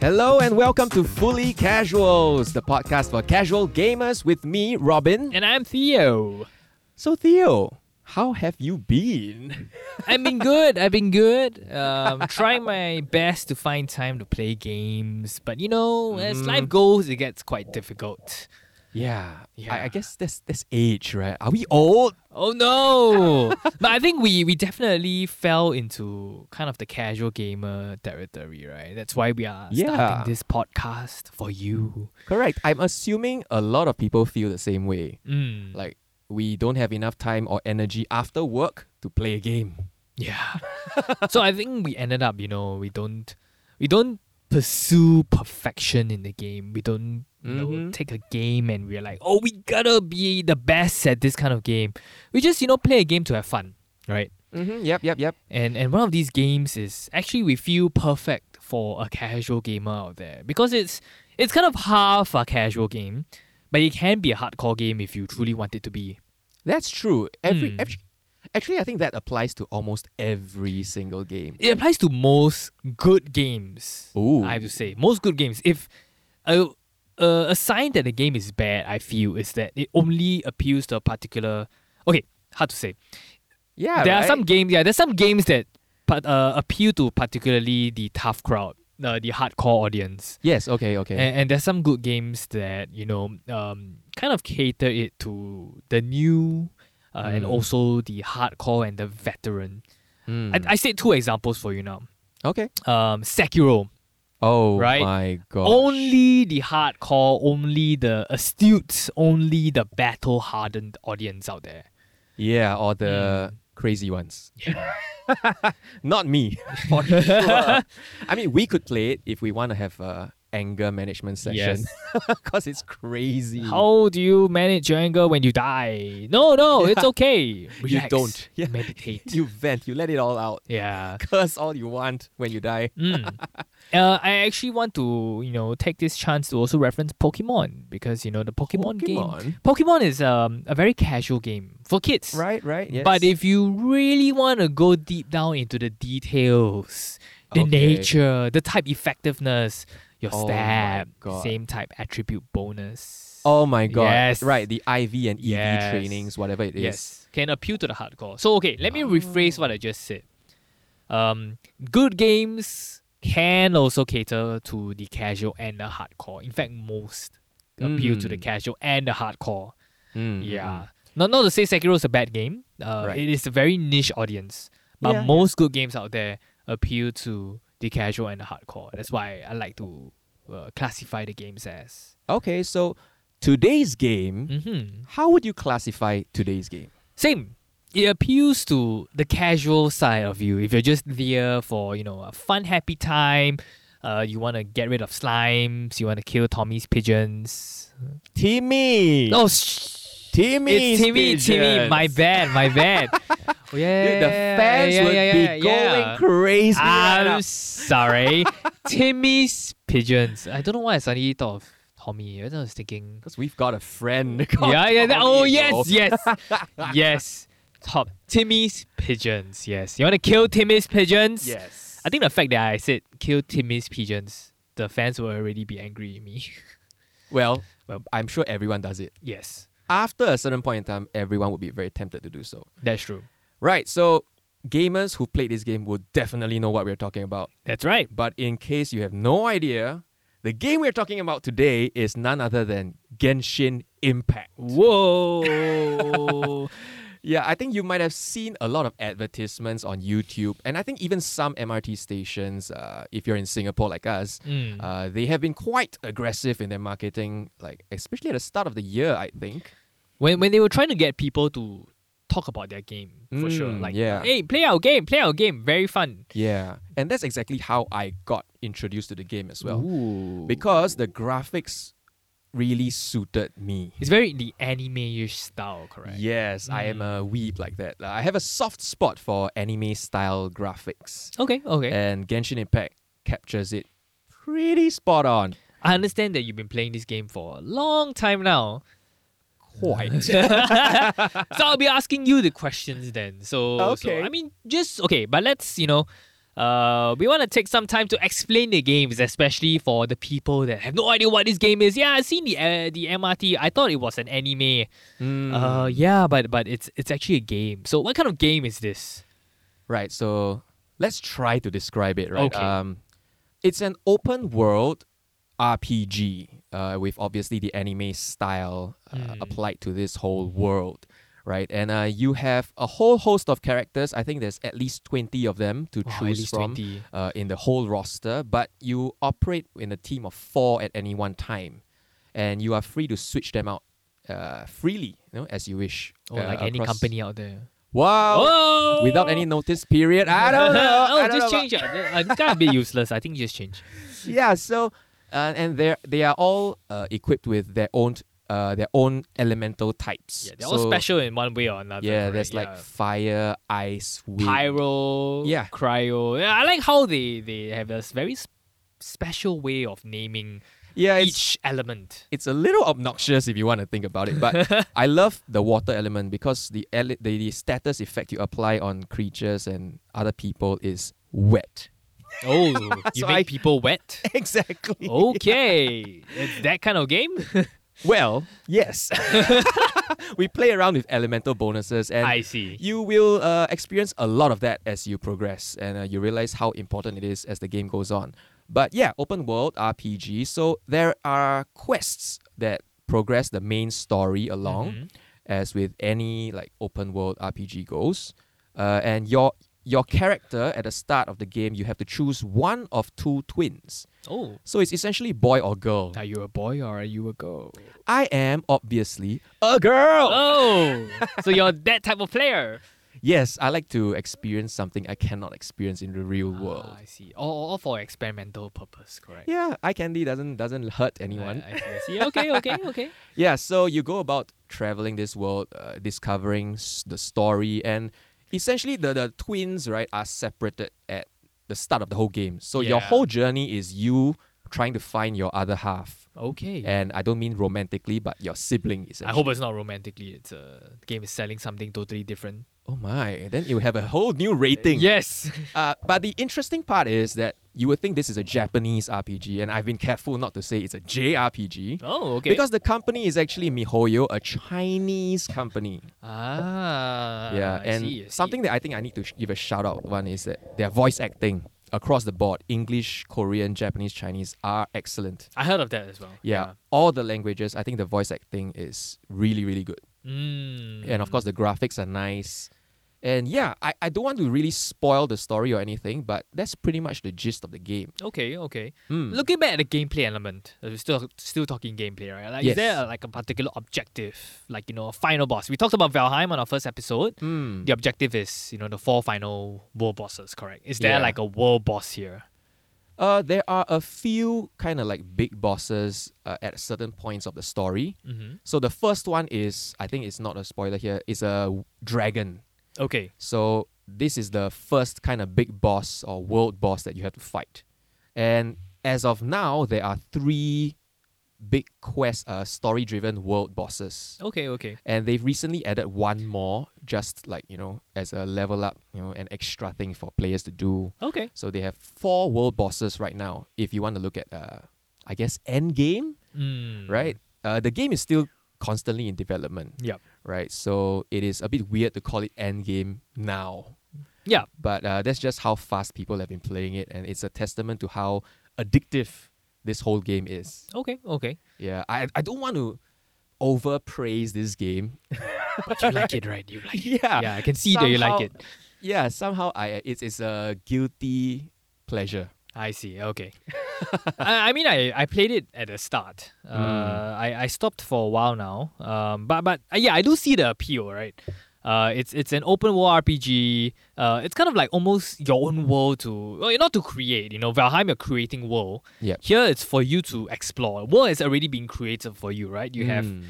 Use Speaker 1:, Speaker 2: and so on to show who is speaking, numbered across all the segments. Speaker 1: Hello and welcome to Fully Casuals, the podcast for casual gamers with me, Robin.
Speaker 2: And I'm Theo.
Speaker 1: So, Theo, how have you been?
Speaker 2: I've been good. I've been good. Um, trying my best to find time to play games, but you know, as life goes, it gets quite difficult.
Speaker 1: Yeah, yeah. I, I
Speaker 2: Yeah.
Speaker 1: guess that's that's age, right? Are we old?
Speaker 2: Oh no! but I think we we definitely fell into kind of the casual gamer territory, right? That's why we are
Speaker 1: Yeah.
Speaker 2: starting this podcast for you.
Speaker 1: Correct. I'm assuming a lot of people feel the same way.
Speaker 2: Mm.
Speaker 1: Like we don't have enough time or energy after work to play a game.
Speaker 2: Yeah. so I think we ended up, you know, we don't we don't pursue perfection in the game. We don't you know,
Speaker 1: Mhm.
Speaker 2: take a game and we're like, oh, we gotta be the best at this kind of game. We just, you know, play a game to have fun, right?
Speaker 1: Mm-hmm. Yep, yep, yep.
Speaker 2: And and one of these games is actually we feel perfect for a casual gamer out there because it's it's kind of half a casual game, but it can be a hardcore game if you truly want it to be.
Speaker 1: That's true. Every
Speaker 2: Mm.
Speaker 1: actually, actually, I think that applies to almost every single game.
Speaker 2: It applies to most good games.
Speaker 1: Ooh.
Speaker 2: I have to say, most good games. If a uh, a sign that a game is bad, I feel is that it only appeals to a particular. Okay, hard to say.
Speaker 1: yeah.
Speaker 2: there are
Speaker 1: right?
Speaker 2: some games. Yeah, there's some games that but uh, appeal to particularly the tough crowd, uh, the hardcore audience.
Speaker 1: Yes. Okay. Okay.
Speaker 2: And, and there's some good games that you know um, kind of cater it to the new. Uh, And
Speaker 1: Mm.
Speaker 2: also the hardcore and the veteran.
Speaker 1: Mm.
Speaker 2: I, I said two examples for you now.
Speaker 1: okay.
Speaker 2: Um, Sekiro.
Speaker 1: Oh
Speaker 2: Right?
Speaker 1: my god.
Speaker 2: Only the hardcore, only the astute, only the battle hardened audience out there.
Speaker 1: Yeah, or the crazy ones.
Speaker 2: Yeah.
Speaker 1: Not me. For sure. I mean, we could play it if we want to have a anger management session. Because it's crazy.
Speaker 2: How do you manage your anger when you die? No, no, it's okay. Relax.
Speaker 1: don't. Yeah.
Speaker 2: Meditate.
Speaker 1: You vent, you let it all out.
Speaker 2: yeah.
Speaker 1: Curse all you want when you die.
Speaker 2: Mm. uh, I actually want to, you know, take this chance to also reference Pokemon because you know the Pokemon, game.
Speaker 1: Pokemon?
Speaker 2: Pokemon is um, a very casual game for kids.
Speaker 1: Right, right. Yes.
Speaker 2: But if you really want to go deep down into the details, the
Speaker 1: Okay.
Speaker 2: nature, the type effectiveness, your
Speaker 1: Oh my
Speaker 2: stab,
Speaker 1: God.
Speaker 2: same type attribute bonus.
Speaker 1: Oh my god.
Speaker 2: Yes.
Speaker 1: Right, the IV and EV
Speaker 2: Yes.
Speaker 1: trainings, whatever it is.
Speaker 2: yes. Can appeal to the hardcore. So okay, let me rephrase
Speaker 1: Oh.
Speaker 2: what I just said. Um, good games can also cater to the casual and the hardcore. In fact, most appeal to the
Speaker 1: Mm.
Speaker 2: casual and the hardcore.
Speaker 1: Mm, mm,
Speaker 2: Yeah.
Speaker 1: mm.
Speaker 2: Not not to say Sekiro is a bad game. Uh,
Speaker 1: Right.
Speaker 2: It is a very niche audience, but
Speaker 1: Yeah, yeah.
Speaker 2: most good games out there appeal to the casual and the hardcore. That's why I like to uh, classify the games as.
Speaker 1: Okay, so today's game,
Speaker 2: hmm
Speaker 1: how would you classify today's game?
Speaker 2: Same. It appeals to the casual side of you. If you're just there for you know a fun, happy time, uh, you want to get rid of slimes, you want to kill Tommy's pigeons.
Speaker 1: Timmy!
Speaker 2: Oh, sh-
Speaker 1: Timmy!
Speaker 2: it's Timmy, Timmy. My bad, my bad. Oh, yeah,
Speaker 1: Dude, the fans
Speaker 2: yeah,
Speaker 1: would
Speaker 2: yeah, yeah,
Speaker 1: be
Speaker 2: yeah.
Speaker 1: going crazy. right now.
Speaker 2: I'm sorry. Timmy's pigeons. I don't know why I suddenly thought of Tommy. I was thinking.
Speaker 1: Because we've got a friend. called
Speaker 2: yeah, yeah. that- oh,
Speaker 1: Tommy, you know.
Speaker 2: yes, yes. yes. Top. Timmy's pigeons. Yes. You want to kill Timmy's pigeons?
Speaker 1: Yes.
Speaker 2: I think the fact that I said kill Timmy's pigeons, the fans will already be angry at me.
Speaker 1: Well,
Speaker 2: Well-
Speaker 1: I'm sure everyone does it.
Speaker 2: yes.
Speaker 1: After a certain point in time, everyone would be very tempted to do so.
Speaker 2: That's true.
Speaker 1: Right, so gamers who played this game will definitely know what we're talking about.
Speaker 2: That's right.
Speaker 1: But in case you have no idea, the game we're talking about today is none other than Genshin Impact.
Speaker 2: Whoa.
Speaker 1: Yeah, I think you might have seen a lot of advertisements on YouTube, and I think even some MRT stations, uh, if you're in Singapore like us,
Speaker 2: Mm.
Speaker 1: uh, they have been quite aggressive in their marketing, like especially at the start of the year, I think.
Speaker 2: when when they were trying to get people to talk about their game for sure
Speaker 1: Mm,
Speaker 2: like
Speaker 1: yeah.
Speaker 2: hey play our game play our game very fun
Speaker 1: Yeah, and that's exactly how I got introduced to the game as well,
Speaker 2: Ooh.
Speaker 1: because the graphics really suited me.
Speaker 2: it's very the anime-ish style correct
Speaker 1: Yes, I am
Speaker 2: Hmm.
Speaker 1: a weeb like that. I have a soft spot for anime style graphics,
Speaker 2: okay okay
Speaker 1: and Genshin Impact captures it pretty spot on.
Speaker 2: i understand that you've been playing this game for a long time now
Speaker 1: Quite.
Speaker 2: so i'll be asking you the questions then so so,
Speaker 1: Okay.
Speaker 2: i mean just okay but let's you know Uh, we want to take some time to explain the games, especially for the people that have no idea what this game is. Yeah, I've seen the uh, the MRT. I thought it was an anime.
Speaker 1: Hmm.
Speaker 2: Uh, yeah, but but it's it's actually a game. So what kind of game is this?
Speaker 1: Right. So let's try to describe it. Right.
Speaker 2: Okay.
Speaker 1: Um, it's an open world RPG uh, with obviously the anime style uh,
Speaker 2: Hmm.
Speaker 1: applied to this whole
Speaker 2: Mm-hmm.
Speaker 1: world. Right. And uh, you have a whole host of characters. I think there's at least twenty of them to
Speaker 2: Wow, at
Speaker 1: choose
Speaker 2: least
Speaker 1: from
Speaker 2: 20.
Speaker 1: uh, in the whole roster. But you operate in a team of four at any one time, and you are free to switch them out uh, freely, you know, as you wish.
Speaker 2: Or
Speaker 1: uh,
Speaker 2: Oh, like any
Speaker 1: across-
Speaker 2: company out there.
Speaker 1: Wow.
Speaker 2: Oh,
Speaker 1: without any notice period. I don't know.
Speaker 2: oh,
Speaker 1: I don't
Speaker 2: just
Speaker 1: know
Speaker 2: change. it. Uh, this guy a bit useless. I think just change.
Speaker 1: about- Yeah. So, uh, and they they are all uh, equipped with their own uh, their own elemental types.
Speaker 2: Yeah, they're
Speaker 1: So,
Speaker 2: all special in one way or another.
Speaker 1: Yeah,
Speaker 2: right?
Speaker 1: there's like
Speaker 2: Yeah.
Speaker 1: fire, ice, wind.
Speaker 2: pyro,
Speaker 1: Yeah.
Speaker 2: cryo. Yeah, I like how they they have a s- very s- special way of naming
Speaker 1: Yeah, it's
Speaker 2: each element.
Speaker 1: it's a little obnoxious if you want to think about it, but I love the water element because the, ele- the the status effect you apply on creatures and other people is wet.
Speaker 2: Oh, you
Speaker 1: So
Speaker 2: make
Speaker 1: I-
Speaker 2: people wet.
Speaker 1: Exactly.
Speaker 2: Okay, it's that kind of game.
Speaker 1: Well, yes. we play around with elemental bonuses and
Speaker 2: I see.
Speaker 1: you will uh, experience a lot of that as you progress and uh, you realize how important it is as the game goes on. But yeah, open world RPG. So there are quests that progress the main story along, as with any like open world RPG goes. Uh, and your your character at the start of the game, you have to choose one of two twins.
Speaker 2: Oh,
Speaker 1: So it's essentially boy or girl.
Speaker 2: are you a boy or are you a girl?
Speaker 1: I am obviously a girl.
Speaker 2: Oh, so you're that type of player.
Speaker 1: Yes, I like to experience something I cannot experience in the real world.
Speaker 2: Ah, I see. All, all for experimental purpose, correct?
Speaker 1: Yeah, eye candy doesn't doesn't hurt anyone.
Speaker 2: I, I see, I see. Okay, okay, okay.
Speaker 1: Yeah, so you go about traveling this world, uh, discovering s- the story, and essentially the the twins right are separated at the start of the whole game. So your
Speaker 2: Yeah.
Speaker 1: whole journey is you trying to find your other half,
Speaker 2: Okay.
Speaker 1: and I don't mean romantically, but your sibling is.
Speaker 2: I hope it's not romantically. It's uh, the game is selling something totally different.
Speaker 1: Oh my! Then you have a whole new rating.
Speaker 2: Yes.
Speaker 1: Uh, but the interesting part is that you would think this is a Japanese RPG, and I've been careful not to say it's a JRPG.
Speaker 2: Oh, okay.
Speaker 1: Because the company is actually MiHoYo, a Chinese company.
Speaker 2: ah,
Speaker 1: yeah,
Speaker 2: I
Speaker 1: and
Speaker 2: see, I see.
Speaker 1: something that I think I need to sh- give a shout out one is that their voice acting across the board, English, Korean, Japanese, Chinese, are excellent.
Speaker 2: I heard of that as well.
Speaker 1: Yeah, all the languages. I think the voice acting is really, really good,
Speaker 2: Yeah. Mm.
Speaker 1: and of course the graphics are nice. And yeah, I, I don't want to really spoil the story or anything, but that's pretty much the gist of the game.
Speaker 2: Okay, okay.
Speaker 1: Mm.
Speaker 2: Looking back at the gameplay element, uh, we're still still talking gameplay, right? Like,
Speaker 1: Yes.
Speaker 2: is there uh, like a particular objective, like you know, a final boss? We talked about Valheim on our first episode.
Speaker 1: Mm.
Speaker 2: The objective is, you know, the four final world bosses, correct? Is there
Speaker 1: Yeah.
Speaker 2: like a world boss here?
Speaker 1: Uh, there are a few kind of like big bosses uh, at certain points of the story.
Speaker 2: Mm-hmm.
Speaker 1: So the first one is, I think it's not a spoiler here, is a dragon.
Speaker 2: Okay.
Speaker 1: So this is the first kind of big boss or world boss that you have to fight. And as of now, there are three big quest, uh, story-driven world bosses.
Speaker 2: Okay, okay.
Speaker 1: And they've recently added one more, just like, you know, as a level up, you know, an extra thing for players to do.
Speaker 2: Okay.
Speaker 1: So they have four world bosses right now. If you want to look at, uh, I guess, end game,
Speaker 2: Mm.
Speaker 1: right? Uh, the game is still constantly in development,
Speaker 2: Yep.
Speaker 1: right? So it is a bit weird to call it end game now,
Speaker 2: Yeah.
Speaker 1: but uh, that's just how fast people have been playing it, and it's a testament to how addictive this whole game is.
Speaker 2: Okay, okay.
Speaker 1: Yeah, I I don't want to over praise this game.
Speaker 2: But you like it, right? You like it.
Speaker 1: yeah,
Speaker 2: Yeah, I can see that you like
Speaker 1: somehow-
Speaker 2: it.
Speaker 1: Yeah, somehow I it's it's a guilty pleasure.
Speaker 2: I see. Okay. I, I mean, I, I played it at the start. Uh,
Speaker 1: Mm.
Speaker 2: I, I stopped for a while now. Um, but but uh, yeah, I do see the appeal, right? Uh, it's it's an open world RPG. Uh, it's kind of like almost your own world to well, not to create. You know, Valheim, you're creating world.
Speaker 1: Yep.
Speaker 2: Here, it's for you to explore. World has already been created for you, right? You have
Speaker 1: Mm.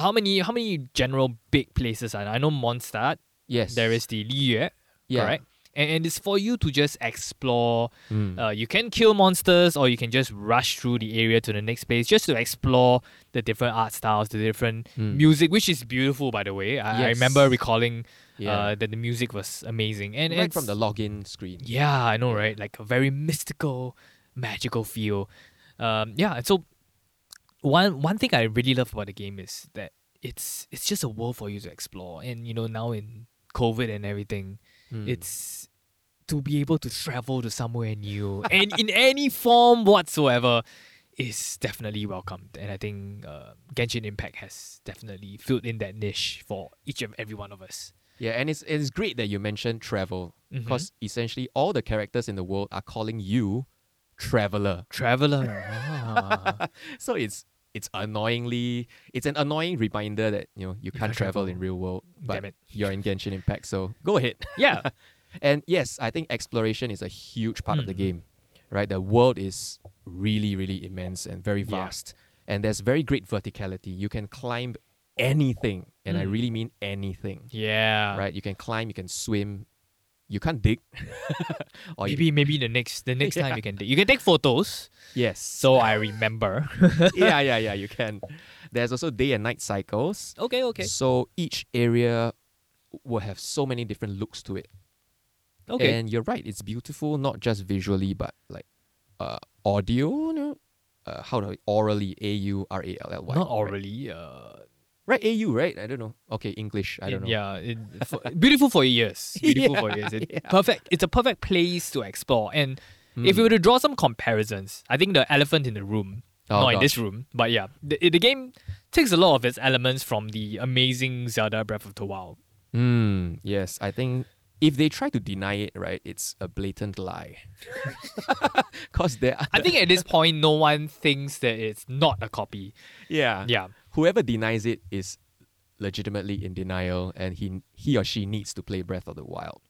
Speaker 2: how many how many general big places? are there? I know Mondstadt.
Speaker 1: yes,
Speaker 2: There is the Liyue,
Speaker 1: yeah.
Speaker 2: correct? and, and it's for you to just explore.
Speaker 1: Mm.
Speaker 2: Uh, you can kill monsters, or you can just rush through the area to the next place just to explore the different art styles, the different
Speaker 1: Mm.
Speaker 2: music, which is beautiful, by the way. I, I
Speaker 1: Yes.
Speaker 2: remember recalling
Speaker 1: yeah.
Speaker 2: uh, that the music was amazing, and
Speaker 1: right
Speaker 2: it's,
Speaker 1: from the login screen.
Speaker 2: yeah, I know, right? Like a very mystical, magical feel. Um, yeah, and so one one thing I really love about the game is that it's it's just a world for you to explore, and you know now in COVID and everything,
Speaker 1: Mm.
Speaker 2: it's to be able to travel to somewhere new and in any form whatsoever is definitely welcomed and i think uh, genshin impact has definitely filled in that niche for each and every one of us
Speaker 1: yeah, and it's it's great that you mentioned travel
Speaker 2: Mhm.
Speaker 1: because essentially all the characters in the world are calling you traveler.
Speaker 2: traveler ah.
Speaker 1: So it's it's annoyingly it's an annoying reminder that you know you, can't,
Speaker 2: can't
Speaker 1: travel,
Speaker 2: travel.
Speaker 1: in real world, but
Speaker 2: damn it
Speaker 1: you're in Genshin Impact. So go ahead.
Speaker 2: yeah
Speaker 1: And yes, I think exploration is a huge part of the
Speaker 2: Mm.
Speaker 1: game, right? The world is really, really immense and very
Speaker 2: Yeah.
Speaker 1: vast. And there's very great verticality. You can climb anything, and I
Speaker 2: Mm.
Speaker 1: really mean anything,
Speaker 2: yeah
Speaker 1: right? You can climb, you can swim, you can't dig. or you-
Speaker 2: maybe maybe the next the next time you can take you can take photos
Speaker 1: yes.
Speaker 2: so i remember
Speaker 1: yeah, yeah, yeah, you can. There's also day and night cycles.
Speaker 2: okay okay
Speaker 1: So each area will have so many different looks to it.
Speaker 2: okay
Speaker 1: And you're right, it's beautiful not just visually but like uh audio, you know? uh, how do I, orally A U R A L L Y. right?
Speaker 2: not orally uh
Speaker 1: Right, A U, right? I don't know. Okay, English, I don't know.
Speaker 2: Yeah, it, for, beautiful for years. Beautiful for years. It,
Speaker 1: yeah.
Speaker 2: Perfect. It's a perfect place to explore. And if you
Speaker 1: Mm.
Speaker 2: were to draw some comparisons, I think the elephant in the room,
Speaker 1: Oh,
Speaker 2: not in this
Speaker 1: gosh.
Speaker 2: room, but yeah, the, the game takes a lot of its elements from the amazing Zelda Breath of the Wild.
Speaker 1: Mm, yes, I think if they try to deny it, right, it's a blatant lie. Cause there are
Speaker 2: I think at this point, no one thinks that it's not a copy.
Speaker 1: yeah.
Speaker 2: Yeah.
Speaker 1: Whoever denies it is legitimately in denial and he he or she needs to play Breath of the Wild.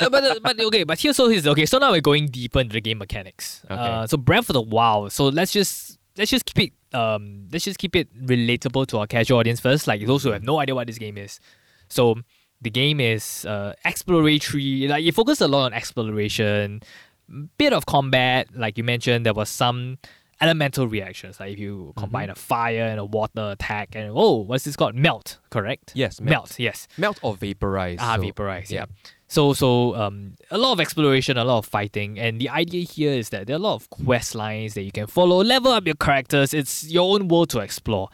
Speaker 2: Uh, but uh, but okay, but here's so here's okay. So now we're going deeper into the game mechanics.
Speaker 1: Okay.
Speaker 2: Uh, so Breath of the Wild. So let's just let's just keep it um let's just keep it relatable to our casual audience first. Like those who have no idea what this game is. So the game is uh exploratory. Like it focused a lot on exploration, bit of combat. Like you mentioned, there was some elemental reactions. Like if you combine
Speaker 1: Mm-hmm.
Speaker 2: a fire and a water attack, and oh, what's this called? Melt, correct?
Speaker 1: Yes,
Speaker 2: melt.
Speaker 1: melt.
Speaker 2: yes.
Speaker 1: Melt or vaporize.
Speaker 2: Ah,
Speaker 1: so-
Speaker 2: vaporize. Yeah.
Speaker 1: yeah.
Speaker 2: So so um, a lot of exploration, a lot of fighting, and the idea here is that there are a lot of quest lines that you can follow, level up your characters. It's your own world to explore.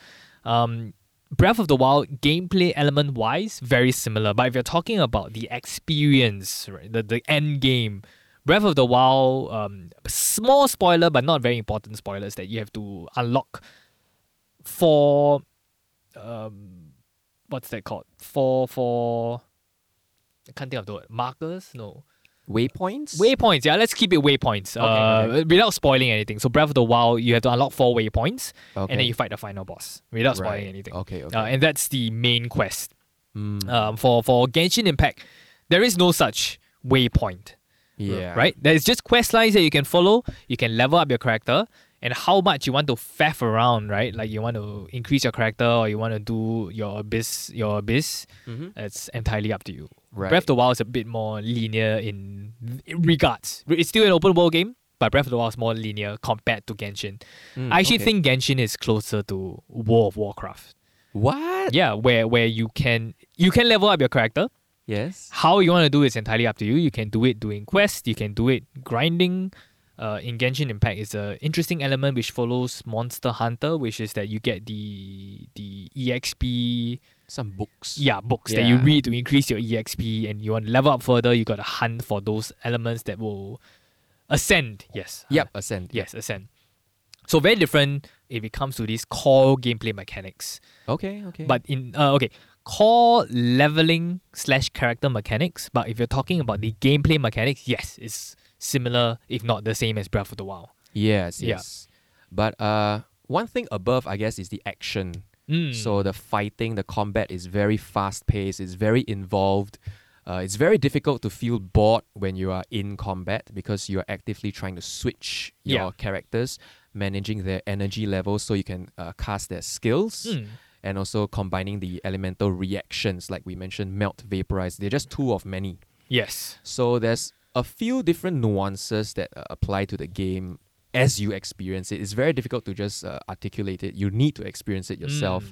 Speaker 2: Um, Breath of the Wild gameplay element wise, very similar. But if you're talking about the experience, right, the the end game. Breath of the Wild, um, small spoiler, but not very important spoilers that you have to unlock for, um, what's that called? For for I can't think of the word. Markers? No.
Speaker 1: Waypoints?
Speaker 2: Waypoints. Yeah, let's keep it waypoints.
Speaker 1: Okay,
Speaker 2: uh, Without spoiling anything. So Breath of the Wild, you have to unlock four waypoints,
Speaker 1: okay.
Speaker 2: and then you fight the final boss without spoiling
Speaker 1: Right.
Speaker 2: anything.
Speaker 1: Okay, okay.
Speaker 2: Uh, and that's the main quest.
Speaker 1: Mm,
Speaker 2: Um, for for Genshin Impact, there is no such waypoint.
Speaker 1: yeah.
Speaker 2: Right? There is just quest lines that you can follow. You can level up your character. And how much you want to faff around, right? Like you want to increase your character or you want to do your abyss, your abyss.
Speaker 1: Mhm.
Speaker 2: It's entirely up to you.
Speaker 1: Right.
Speaker 2: Breath of the Wild is a bit more linear in in regards. It's still an open world game, but Breath of the Wild is more linear compared to Genshin.
Speaker 1: Mm,
Speaker 2: I actually
Speaker 1: okay.
Speaker 2: think Genshin is closer to War of Warcraft.
Speaker 1: What?
Speaker 2: Yeah, where where you can you can level up your character.
Speaker 1: Yes.
Speaker 2: How you want to do is entirely up to you. You can do it doing quests. You can do it grinding. Uh, in Genshin Impact is an interesting element which follows Monster Hunter, which is that you get the the E exp
Speaker 1: Some books.
Speaker 2: yeah books that you
Speaker 1: Yeah.
Speaker 2: read to increase your exp and you want to level up further you got to hunt for those elements that will ascend yes
Speaker 1: Yep. Ascend.
Speaker 2: yes ascend so very different if it comes to these core gameplay mechanics
Speaker 1: Okay. Okay.
Speaker 2: but in uh, okay core leveling slash character mechanics but if you're talking about the gameplay mechanics yes it's similar if not the same as breath of the wild
Speaker 1: yes.
Speaker 2: Yeah.
Speaker 1: Yes. But uh, one thing above, I guess, is the action.
Speaker 2: Mm.
Speaker 1: So the fighting, the combat is very fast paced. It's very involved. Uh, it's very difficult to feel bored when you are in combat because you are actively trying to switch your
Speaker 2: Yeah.
Speaker 1: characters, managing their energy levels so you can uh, cast their skills.
Speaker 2: Mm.
Speaker 1: and also combining the elemental reactions like we mentioned melt vaporize they're just two of many
Speaker 2: Yes.
Speaker 1: So there's a few different nuances that uh, apply to the game as you experience it. It's very difficult to just uh, articulate it. You need to experience it yourself.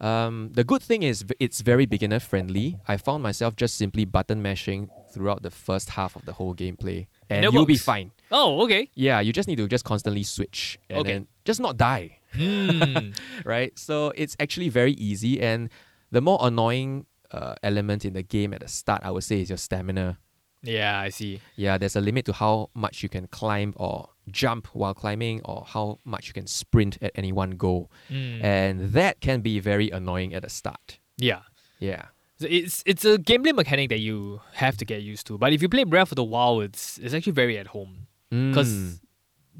Speaker 2: Mm.
Speaker 1: Um, the good thing is v- it's very beginner friendly. I found myself just simply button mashing throughout the first half of the whole gameplay, and,
Speaker 2: And that
Speaker 1: you'll be
Speaker 2: works.
Speaker 1: fine.
Speaker 2: Oh, okay.
Speaker 1: Yeah, you just need to just constantly switch and
Speaker 2: Okay.
Speaker 1: then just not die,
Speaker 2: Hmm.
Speaker 1: right? So it's actually very easy, and the more annoying uh, element in the game at the start, I would say, is your stamina.
Speaker 2: yeah, I see.
Speaker 1: Yeah, there's a limit to how much you can climb or jump while climbing, or how much you can sprint at any one go,
Speaker 2: Mm.
Speaker 1: and that can be very annoying at the start.
Speaker 2: Yeah.
Speaker 1: Yeah.
Speaker 2: So It's it's a gameplay mechanic that you have to get used to. But if you play Breath of the Wild, it's it's actually very at home because
Speaker 1: Mm.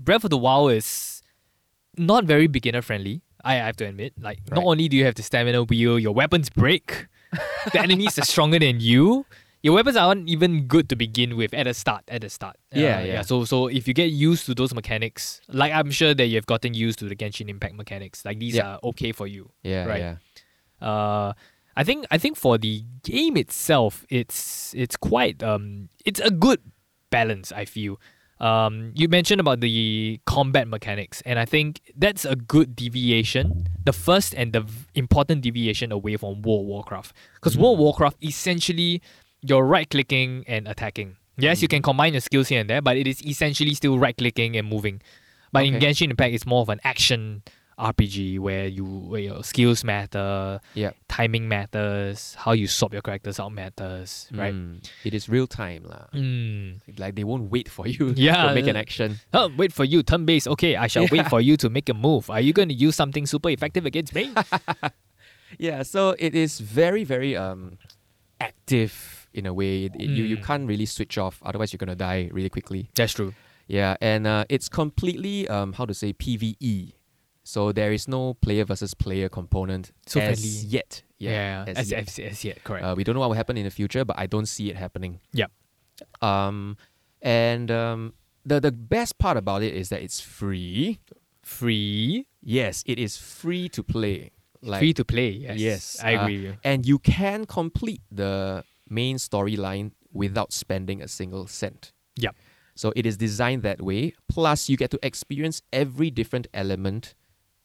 Speaker 2: Breath of the Wild is not very beginner friendly. I have to admit. Like not
Speaker 1: Right.
Speaker 2: only do you have the stamina wheel, your weapons break. the enemies are stronger than you. Your weapons aren't even good to begin with at the start. At the start. Uh,
Speaker 1: Yeah, yeah.
Speaker 2: So so if you get used to those mechanics, like I'm sure that you've gotten used to the Genshin Impact mechanics, like these
Speaker 1: Yeah.
Speaker 2: are okay for you.
Speaker 1: Yeah,
Speaker 2: Right.
Speaker 1: yeah.
Speaker 2: Uh, I think I think for the game itself, it's it's quite um it's a good balance. I feel. Um, you mentioned about the combat mechanics, and I think that's a good deviation. The first and the v- important deviation away from World of Warcraft, because World of Warcraft essentially you're right clicking and attacking. Yes, you can combine your skills here and there, but it is essentially still right clicking and moving. But in
Speaker 1: Okay.
Speaker 2: Genshin Impact, it's more of an action RPG where you where your skills matter,
Speaker 1: Yeah.
Speaker 2: timing matters, how you swap your characters out matters, right?
Speaker 1: Mm. It is real time lah.
Speaker 2: Mm.
Speaker 1: Like they won't wait for you
Speaker 2: Yeah.
Speaker 1: to make an action.
Speaker 2: Oh, wait for you, turn based. Okay, I shall wait for you to make a move. Are you going to use something super effective against me?
Speaker 1: Yeah, so it is very very um active in a way. It- it- You you
Speaker 2: Mm.
Speaker 1: can't really switch off, otherwise you're gonna die really quickly.
Speaker 2: That's true.
Speaker 1: Yeah, and uh, it's completely um how to say PVE. So there is no player versus player component
Speaker 2: So
Speaker 1: as
Speaker 2: friendly.
Speaker 1: yet. Yeah, as
Speaker 2: as,
Speaker 1: yet.
Speaker 2: as, as yet, correct.
Speaker 1: Uh, we don't know what will happen in the future, but I don't see it happening.
Speaker 2: Yep.
Speaker 1: Um, and um, the the best part about it is that it's free.
Speaker 2: free,
Speaker 1: Yes, it is free to play. Like,
Speaker 2: free to play. Yes,
Speaker 1: Yes,
Speaker 2: I
Speaker 1: uh,
Speaker 2: agree. with you.
Speaker 1: and you can complete the main storyline without spending a single cent.
Speaker 2: Yup.
Speaker 1: So it is designed that way. Plus, you get to experience every different element,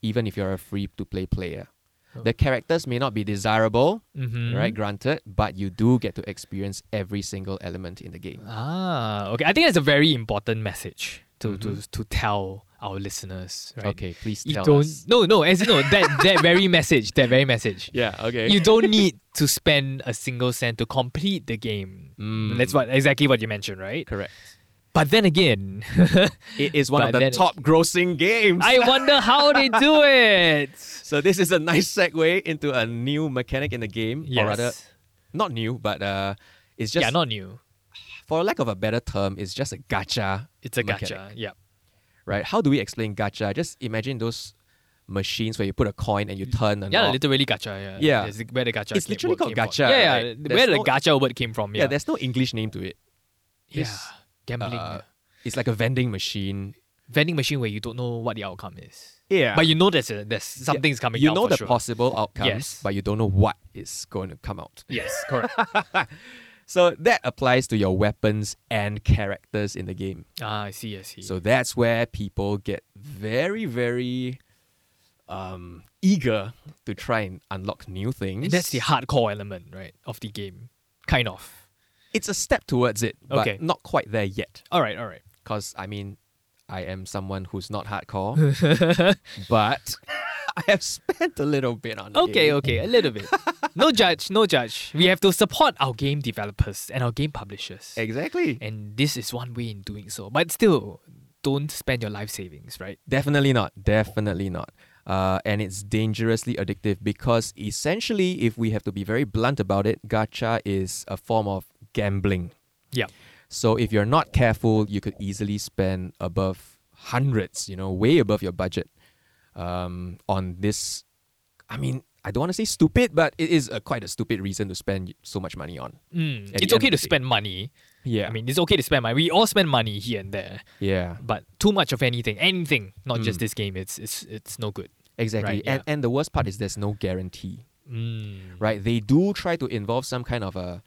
Speaker 1: even if you're a free to play player.
Speaker 2: Oh.
Speaker 1: The characters may not be desirable,
Speaker 2: Mhm.
Speaker 1: right? Granted, but you do get to experience every single element in the game.
Speaker 2: Ah, okay. I think that's a very important message to
Speaker 1: Mhm.
Speaker 2: to, to tell our listeners. Right?
Speaker 1: Okay, please
Speaker 2: You
Speaker 1: tell
Speaker 2: don't.
Speaker 1: us.
Speaker 2: No, no. As you know, that that very message. That very message.
Speaker 1: Yeah. Okay.
Speaker 2: You don't need to spend a single cent to complete the game.
Speaker 1: Mm.
Speaker 2: That's what exactly what you mentioned, right?
Speaker 1: correct.
Speaker 2: But then again,
Speaker 1: It is one
Speaker 2: But
Speaker 1: of the
Speaker 2: then-
Speaker 1: top-grossing games.
Speaker 2: I wonder how they do it.
Speaker 1: So this is a nice segue into a new mechanic in the game,
Speaker 2: Yes.
Speaker 1: or rather, not new, but uh, it's just
Speaker 2: yeah, not new.
Speaker 1: for lack of a better term, it's just a gacha,
Speaker 2: It's a
Speaker 1: Mechanic.
Speaker 2: gacha. Yeah.
Speaker 1: right? How do we explain gacha? Just imagine those machines where you put a coin and you turn. And
Speaker 2: Mm. Yeah,
Speaker 1: all.
Speaker 2: literally gacha. Yeah.
Speaker 1: Yeah.
Speaker 2: It's where the gacha.
Speaker 1: It's
Speaker 2: came-
Speaker 1: literally
Speaker 2: word
Speaker 1: called
Speaker 2: came
Speaker 1: gacha,
Speaker 2: From. Yeah,
Speaker 1: right?
Speaker 2: yeah. Where
Speaker 1: There's
Speaker 2: the
Speaker 1: no-
Speaker 2: gacha word came from.
Speaker 1: yeah.
Speaker 2: Yeah.
Speaker 1: There's no English name to it.
Speaker 2: yeah.
Speaker 1: this,
Speaker 2: Gambling.
Speaker 1: Uh, it's like a vending machine.
Speaker 2: vending machine where you don't know what the outcome is.
Speaker 1: Yeah,
Speaker 2: But you know there's a, there's something's coming
Speaker 1: You
Speaker 2: out
Speaker 1: know
Speaker 2: for
Speaker 1: the
Speaker 2: sure.
Speaker 1: possible outcomes,
Speaker 2: Yes.
Speaker 1: but you don't know what is going to come out.
Speaker 2: Yes, correct.
Speaker 1: So that applies to your weapons and characters in the game.
Speaker 2: ah, I see, I see.
Speaker 1: So that's where people get very, very um, eager to try and unlock new things.
Speaker 2: and that's the hardcore element, right, of the game. Kind of.
Speaker 1: it's a step towards it, but
Speaker 2: Okay.
Speaker 1: not quite there yet.
Speaker 2: All right, all right.
Speaker 1: Because, I mean, I am someone who's not hardcore, but I have spent a little bit on the
Speaker 2: Okay,
Speaker 1: game.
Speaker 2: okay, a little bit. No judge, no judge. We have to support our game developers and our game publishers.
Speaker 1: Exactly.
Speaker 2: And this is one way in doing so. But still, don't spend your life savings, right?
Speaker 1: Definitely not. Definitely not. Uh, and it's dangerously addictive because essentially, if we have to be very blunt about it, gacha is a form of gambling.
Speaker 2: Yeah.
Speaker 1: So if you're not careful, you could easily spend above hundreds, you know, way above your budget um, on this. I mean, I don't want to say stupid, but it is a, quite a stupid reason to spend so much money on.
Speaker 2: Mm,
Speaker 1: At the end
Speaker 2: It's okay
Speaker 1: of
Speaker 2: to
Speaker 1: the day.
Speaker 2: spend money.
Speaker 1: Yeah.
Speaker 2: I mean, it's okay to spend money. We all spend money here and there.
Speaker 1: yeah.
Speaker 2: but too much of anything, anything, not just
Speaker 1: Hmm.
Speaker 2: this game. It's it's it's no good.
Speaker 1: Exactly.
Speaker 2: Right, yeah.
Speaker 1: And, and the worst part is there's no guarantee.
Speaker 2: Mm.
Speaker 1: right? They do try to involve some kind of a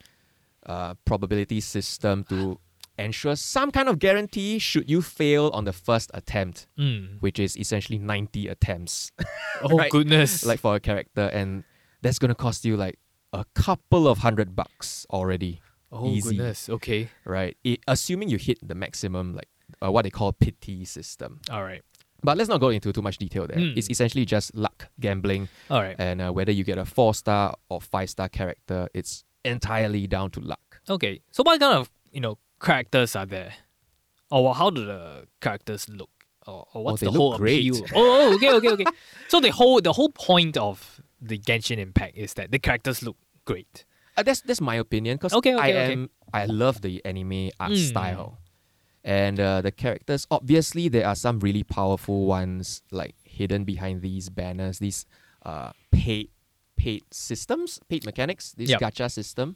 Speaker 1: uh, probability system to ensure some kind of guarantee should you fail on the first attempt,
Speaker 2: Mm.
Speaker 1: which is essentially 90 attempts,
Speaker 2: Oh
Speaker 1: Right.
Speaker 2: goodness.
Speaker 1: like for a character, and that's gonna cost you like a couple of hundred bucks already,
Speaker 2: oh
Speaker 1: easy.
Speaker 2: goodness. Okay.
Speaker 1: right? It, assuming you hit the maximum, like uh, what they call pity system.
Speaker 2: All right.
Speaker 1: But let's not go into too much detail there.
Speaker 2: Mm.
Speaker 1: It's essentially just luck gambling,
Speaker 2: All right.
Speaker 1: and uh, whether you get a four star or five star character, it's entirely down to luck.
Speaker 2: Okay. So what kind of you know characters are there, or how do the characters look, or, or what's
Speaker 1: they
Speaker 2: the
Speaker 1: look
Speaker 2: whole
Speaker 1: great.
Speaker 2: appeal? Oh, oh, okay, okay, okay. so the whole the whole point of the Genshin Impact is that the characters look great.
Speaker 1: Uh, that's that's my opinion because
Speaker 2: Okay,
Speaker 1: I
Speaker 2: okay, okay.
Speaker 1: am I love the anime art
Speaker 2: Mm.
Speaker 1: style, and uh, the characters. Obviously, there are some really powerful ones like hidden behind these banners, these uh, paid paid systems, paid mechanics, this
Speaker 2: Yep.
Speaker 1: gacha system.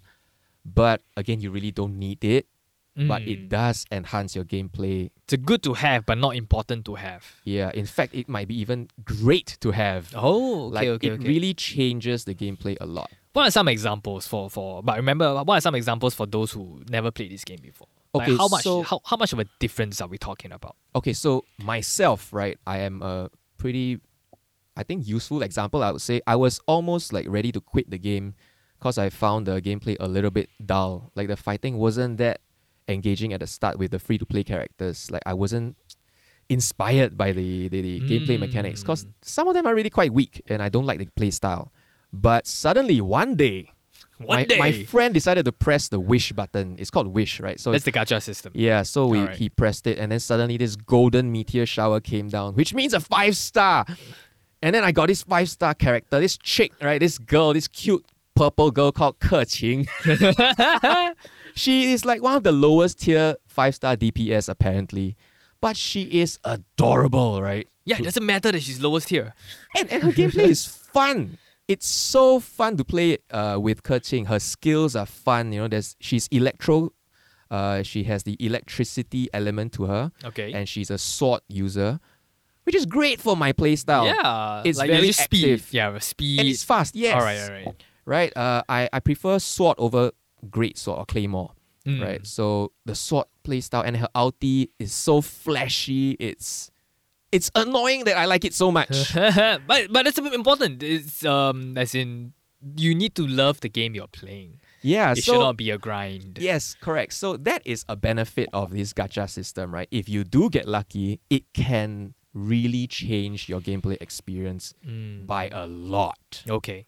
Speaker 1: But again, you really don't need it. But
Speaker 2: Mm.
Speaker 1: it does enhance your gameplay.
Speaker 2: it's good to have, but not important to have.
Speaker 1: Yeah, in fact, it might be even great to have.
Speaker 2: Oh, okay,
Speaker 1: like
Speaker 2: okay,
Speaker 1: it
Speaker 2: okay.
Speaker 1: really changes the gameplay a lot.
Speaker 2: what are some examples for for? But remember, what are some examples for those who never played this game before?
Speaker 1: Okay,
Speaker 2: like how much
Speaker 1: so-
Speaker 2: how, how much of a difference are we talking about?
Speaker 1: okay, so myself, right, I am a pretty, I think, useful example. I would say I was almost like ready to quit the game because I found the gameplay a little bit dull. Like the fighting wasn't that engaging at the start with the free to play characters. Like I wasn't inspired by the, the, the
Speaker 2: Hmm.
Speaker 1: gameplay mechanics because some of them are really quite weak and I don't like the play style. But suddenly one day,
Speaker 2: One
Speaker 1: my,
Speaker 2: day,
Speaker 1: my friend decided to press the wish button. It's called wish, right? So
Speaker 2: that's the gacha system.
Speaker 1: yeah, so we,
Speaker 2: Alright.
Speaker 1: he pressed it, and then suddenly this golden meteor shower came down, which means a five star. And then I got this five star character, this chick, right? This girl, this cute purple girl called Ke Qing. she is like one of the lowest tier five star DPS, apparently. But she is adorable, right?
Speaker 2: Yeah, it doesn't matter that she's lowest tier.
Speaker 1: And, and her gameplay is fun. It's so fun to play uh, with Ke Qing. Her skills are fun. You know, there's she's electro. Uh, she has the electricity element to her
Speaker 2: Okay.
Speaker 1: and she's a sword user, which is great for my playstyle.
Speaker 2: yeah,
Speaker 1: it's
Speaker 2: like
Speaker 1: very
Speaker 2: just speed.
Speaker 1: active.
Speaker 2: Yeah, speed.
Speaker 1: and it's fast. Yes,
Speaker 2: All right, all right.
Speaker 1: right. Uh, I I prefer sword over great sword or claymore.
Speaker 2: Mm.
Speaker 1: Right, so the sword playstyle and her ulti is so flashy. It's it's annoying that I like it so much.
Speaker 2: Mm. but but that's a bit important. It's um as in you need to love the game you're playing.
Speaker 1: yeah,
Speaker 2: It
Speaker 1: Uh, so
Speaker 2: should not be a grind.
Speaker 1: Yes, correct. So that is a benefit of this gacha system, right? If you do get lucky, it can really change your gameplay experience
Speaker 2: Mm.
Speaker 1: by a lot.
Speaker 2: Okay.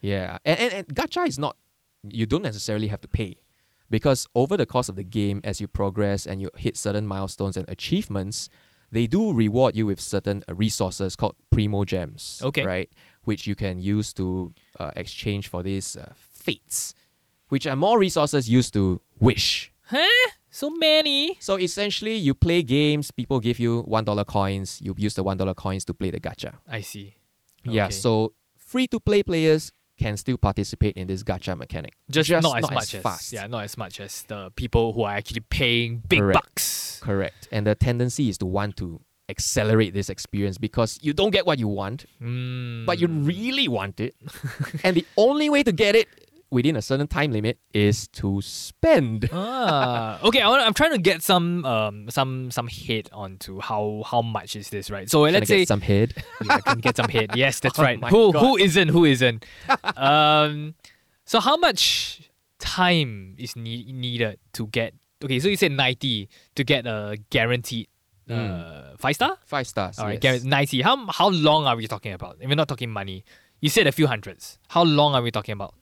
Speaker 1: Yeah, and, and, and gacha is not, you don't necessarily have to pay. Because over the course of the game, as you progress and you hit certain milestones and achievements, they do reward you with certain uh, resources called Primo Gems.
Speaker 2: Okay.
Speaker 1: Right? Which you can use to uh, exchange for these uh, fates, which are more resources used to wish.
Speaker 2: Huh? So many.
Speaker 1: So essentially, you play games, people give you $1 coins, you use the $1 coins to play the gacha.
Speaker 2: I see.
Speaker 1: Yeah,
Speaker 2: Okay.
Speaker 1: so free to play players can still participate in this gacha mechanic.
Speaker 2: just,
Speaker 1: Just
Speaker 2: not, as
Speaker 1: not
Speaker 2: much
Speaker 1: as
Speaker 2: as
Speaker 1: fast.
Speaker 2: yeah, not as much as the people who are actually paying big
Speaker 1: Correct.
Speaker 2: bucks.
Speaker 1: Correct. And the tendency is to want to accelerate this experience because you don't get what you want,
Speaker 2: Mm.
Speaker 1: but you really want it. and the only way to get it within a certain time limit is to spend.
Speaker 2: ah, okay. I want, I'm trying to get some um some some hit onto how how much is this right? So
Speaker 1: Can I
Speaker 2: let's
Speaker 1: get
Speaker 2: say
Speaker 1: some head.
Speaker 2: Yeah, I can get some hit. Yes, that's right.
Speaker 1: my
Speaker 2: Oh Who
Speaker 1: God.
Speaker 2: who isn't? Who isn't? um, so how much time is nee- needed to get? Okay, so you said ninety to get a guaranteed uh, five star.
Speaker 1: Five stars.
Speaker 2: All right,
Speaker 1: yes.
Speaker 2: guaranteed ninety. How how long are we talking about? If we're not talking money, you said a few hundreds. How long are we talking about?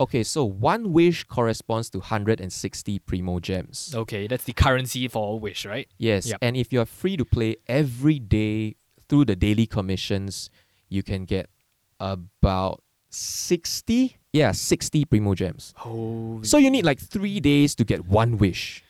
Speaker 1: Okay, so one wish corresponds to 160 primo gems.
Speaker 2: Okay, that's the currency for a wish, right?
Speaker 1: Yes,
Speaker 2: Yep.
Speaker 1: and if you're free to play every day through the daily commissions, you can get about 60. Yeah, 60 primo gems.
Speaker 2: Holy.
Speaker 1: So you need like three days to get one wish.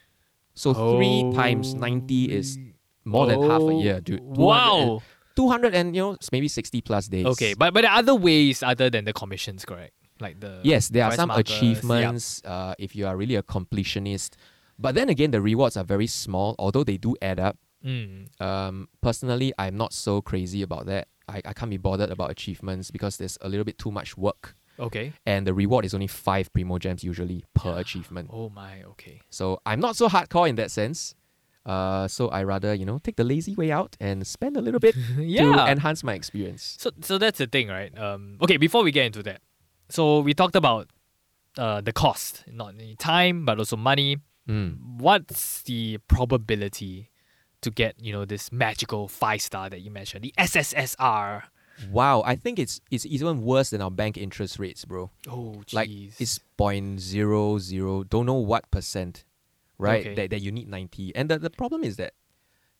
Speaker 1: So three times
Speaker 2: Oh.
Speaker 1: 90 is more than half a year, dude. 200 and-
Speaker 2: Wow.
Speaker 1: 200 and, you know, s- maybe 60 plus days.
Speaker 2: Okay, but but there are other ways other than the commissions, correct? Like the
Speaker 1: Yes, there are
Speaker 2: price
Speaker 1: some
Speaker 2: markers, yeah.
Speaker 1: achievements uh, if you are really a completionist. But then again, the rewards are very small, although they do add up.
Speaker 2: Mm.
Speaker 1: Um, personally, I'm not so crazy about that. I, I can't be bothered about achievements because there's a little bit too much work.
Speaker 2: Okay.
Speaker 1: and the reward is only five primo gems usually per achievement.
Speaker 2: Oh my. Okay.
Speaker 1: So I'm not so hardcore in that sense. Uh, so I rather you know take the lazy way out and spend a little bit
Speaker 2: yeah.
Speaker 1: to enhance my experience.
Speaker 2: so so that's the thing, right? Um. Okay. Before we get into that, so we talked about uh the cost, not only time but also money.
Speaker 1: Mm.
Speaker 2: What's the probability to get you know this magical five star that you mentioned, the SSSR?
Speaker 1: Wow, I think it's it's even worse than our bank interest rates, bro.
Speaker 2: Oh, jeez.
Speaker 1: Like it's point zero zero, don't know what percent, right?
Speaker 2: Okay.
Speaker 1: That that you need ninety, and the, the problem is that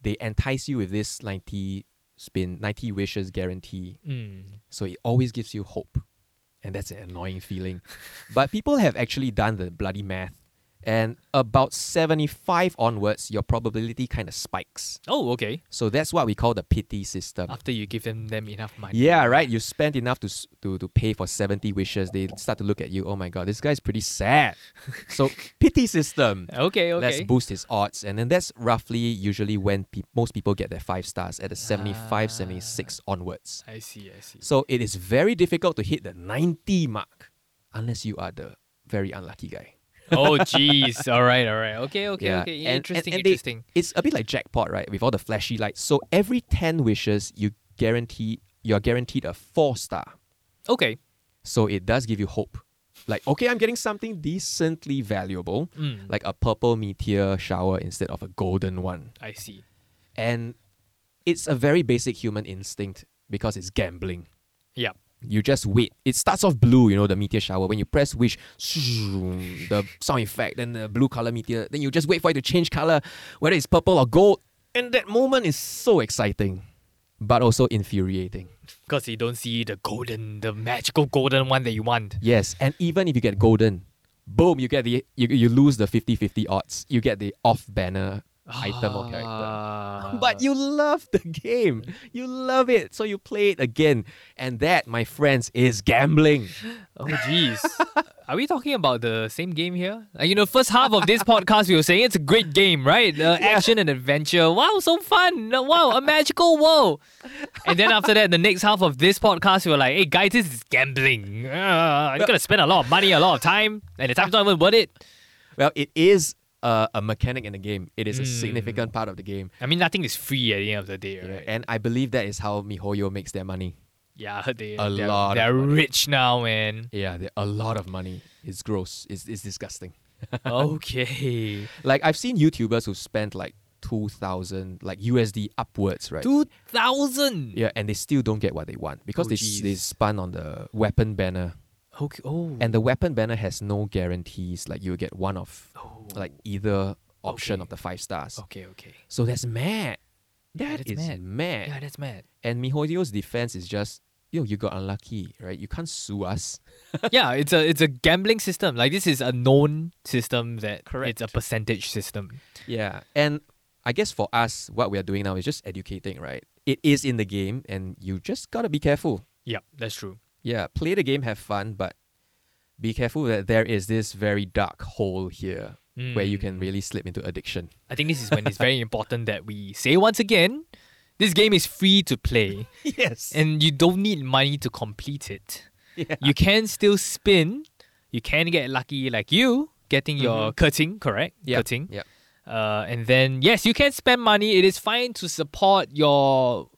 Speaker 1: they entice you with this ninety spin, ninety wishes guarantee.
Speaker 2: Mm.
Speaker 1: So it always gives you hope, and that's an annoying feeling. but people have actually done the bloody math, and about seventy five onwards, your probability kind of spikes.
Speaker 2: Oh, okay.
Speaker 1: So that's what we call the pity system.
Speaker 2: After you give them them enough money.
Speaker 1: Um, Yeah, right. You spend enough to, s- to to pay for seventy wishes. They start to look at you. Oh my god, this guy's pretty sad. so pity system.
Speaker 2: Okay. Okay.
Speaker 1: Let's boost his odds, and then that's roughly usually when peop most people get their five stars at the 75,
Speaker 2: Ah.
Speaker 1: 76 onwards.
Speaker 2: I see. I see.
Speaker 1: So it is very difficult to hit the ninety mark unless you are the very unlucky guy.
Speaker 2: oh jeez. All right, all right. Okay, okay,
Speaker 1: Yeah.
Speaker 2: okay.
Speaker 1: And- and-
Speaker 2: Interesting,
Speaker 1: and they-
Speaker 2: interesting.
Speaker 1: It's a bit like jackpot, right? With all the flashy lights. So every ten wishes, you guarantee you're guaranteed a four star.
Speaker 2: okay.
Speaker 1: So it does give you hope. Like, okay, I'm getting something decently valuable,
Speaker 2: Mm,
Speaker 1: like a purple meteor shower instead of a golden one.
Speaker 2: I see.
Speaker 1: And it's a very basic human instinct because it's gambling.
Speaker 2: Yep.
Speaker 1: You just wait. It starts off blue, you know, the meteor shower. When you press wish, the sound effect, then the blue color meteor, then you just wait for it to change color, whether it's purple or gold. And that moment is so exciting, but also infuriating.
Speaker 2: Because you don't see the golden, the magical golden one that you want.
Speaker 1: Yes, and even if you get golden, boom, you get the you, you lose the 50-50 odds. You get the off-banner item or
Speaker 2: Ah.
Speaker 1: character.
Speaker 2: character.
Speaker 1: But you love the game. You love it. So you play it again. And that, my friends, is gambling.
Speaker 2: Oh jeez. Are we talking about the same game here? Uh, you know, first half of this podcast, we were saying it's a great game, right? Uh, Action and adventure. Wow, so fun. Uh, Wow, a magical world. And then after that, the next half of this podcast, we were like, hey, guys, this is gambling. Uh, you're going to spend a lot of money, a lot of time, and the time's not even worth it.
Speaker 1: Well, it is uh, a mechanic in the game. It is a
Speaker 2: Mm.
Speaker 1: significant part of the game.
Speaker 2: I mean, nothing is free at the end of the day, right?
Speaker 1: And I believe that is how MiHoYo makes their money.
Speaker 2: Yeah, I heard they,
Speaker 1: A
Speaker 2: they're,
Speaker 1: lot of
Speaker 2: they're
Speaker 1: money.
Speaker 2: rich now, man.
Speaker 1: Yeah, they- a lot of money. It's gross. It's, it's disgusting.
Speaker 2: okay.
Speaker 1: Like, I've seen YouTubers who spent like 2,000, like USD upwards, right?
Speaker 2: 2,000.
Speaker 1: Yeah, and they still don't get what they want because
Speaker 2: Oh,
Speaker 1: they s- they
Speaker 2: jeez.
Speaker 1: spun on the weapon banner,
Speaker 2: Okay. Oh.
Speaker 1: and the weapon banner has no guarantees. Like you get one of
Speaker 2: oh.
Speaker 1: like either option
Speaker 2: Okay.
Speaker 1: of the five stars.
Speaker 2: Okay, okay.
Speaker 1: So that's mad.
Speaker 2: Yeah,
Speaker 1: That
Speaker 2: that's
Speaker 1: is
Speaker 2: mad.
Speaker 1: mad.
Speaker 2: Yeah, that's mad.
Speaker 1: And Mihoyo's defense is just, yo, you got unlucky, right? You can't sue us.
Speaker 2: yeah, it's a it's a gambling system. Like this is a known system that it's a
Speaker 1: Correct.
Speaker 2: percentage system.
Speaker 1: Yeah, and I guess for us, what we are doing now is just educating, right? It is in the game, and you just gotta be careful.
Speaker 2: Yep, that's true.
Speaker 1: Yeah, play the game, have fun, but be careful that there is this very dark hole here where you can really slip into addiction.
Speaker 2: I think this is when it's very important that we say once again, this game is free to play
Speaker 1: Yes.
Speaker 2: and you don't need money to complete it.
Speaker 1: yeah.
Speaker 2: you can still spin. You can get lucky like you getting your
Speaker 1: Mm-hmm.
Speaker 2: cutting correct.
Speaker 1: Yep,
Speaker 2: Cutting.
Speaker 1: yep.
Speaker 2: Uh, and then yes, you can spend money. It is fine to support your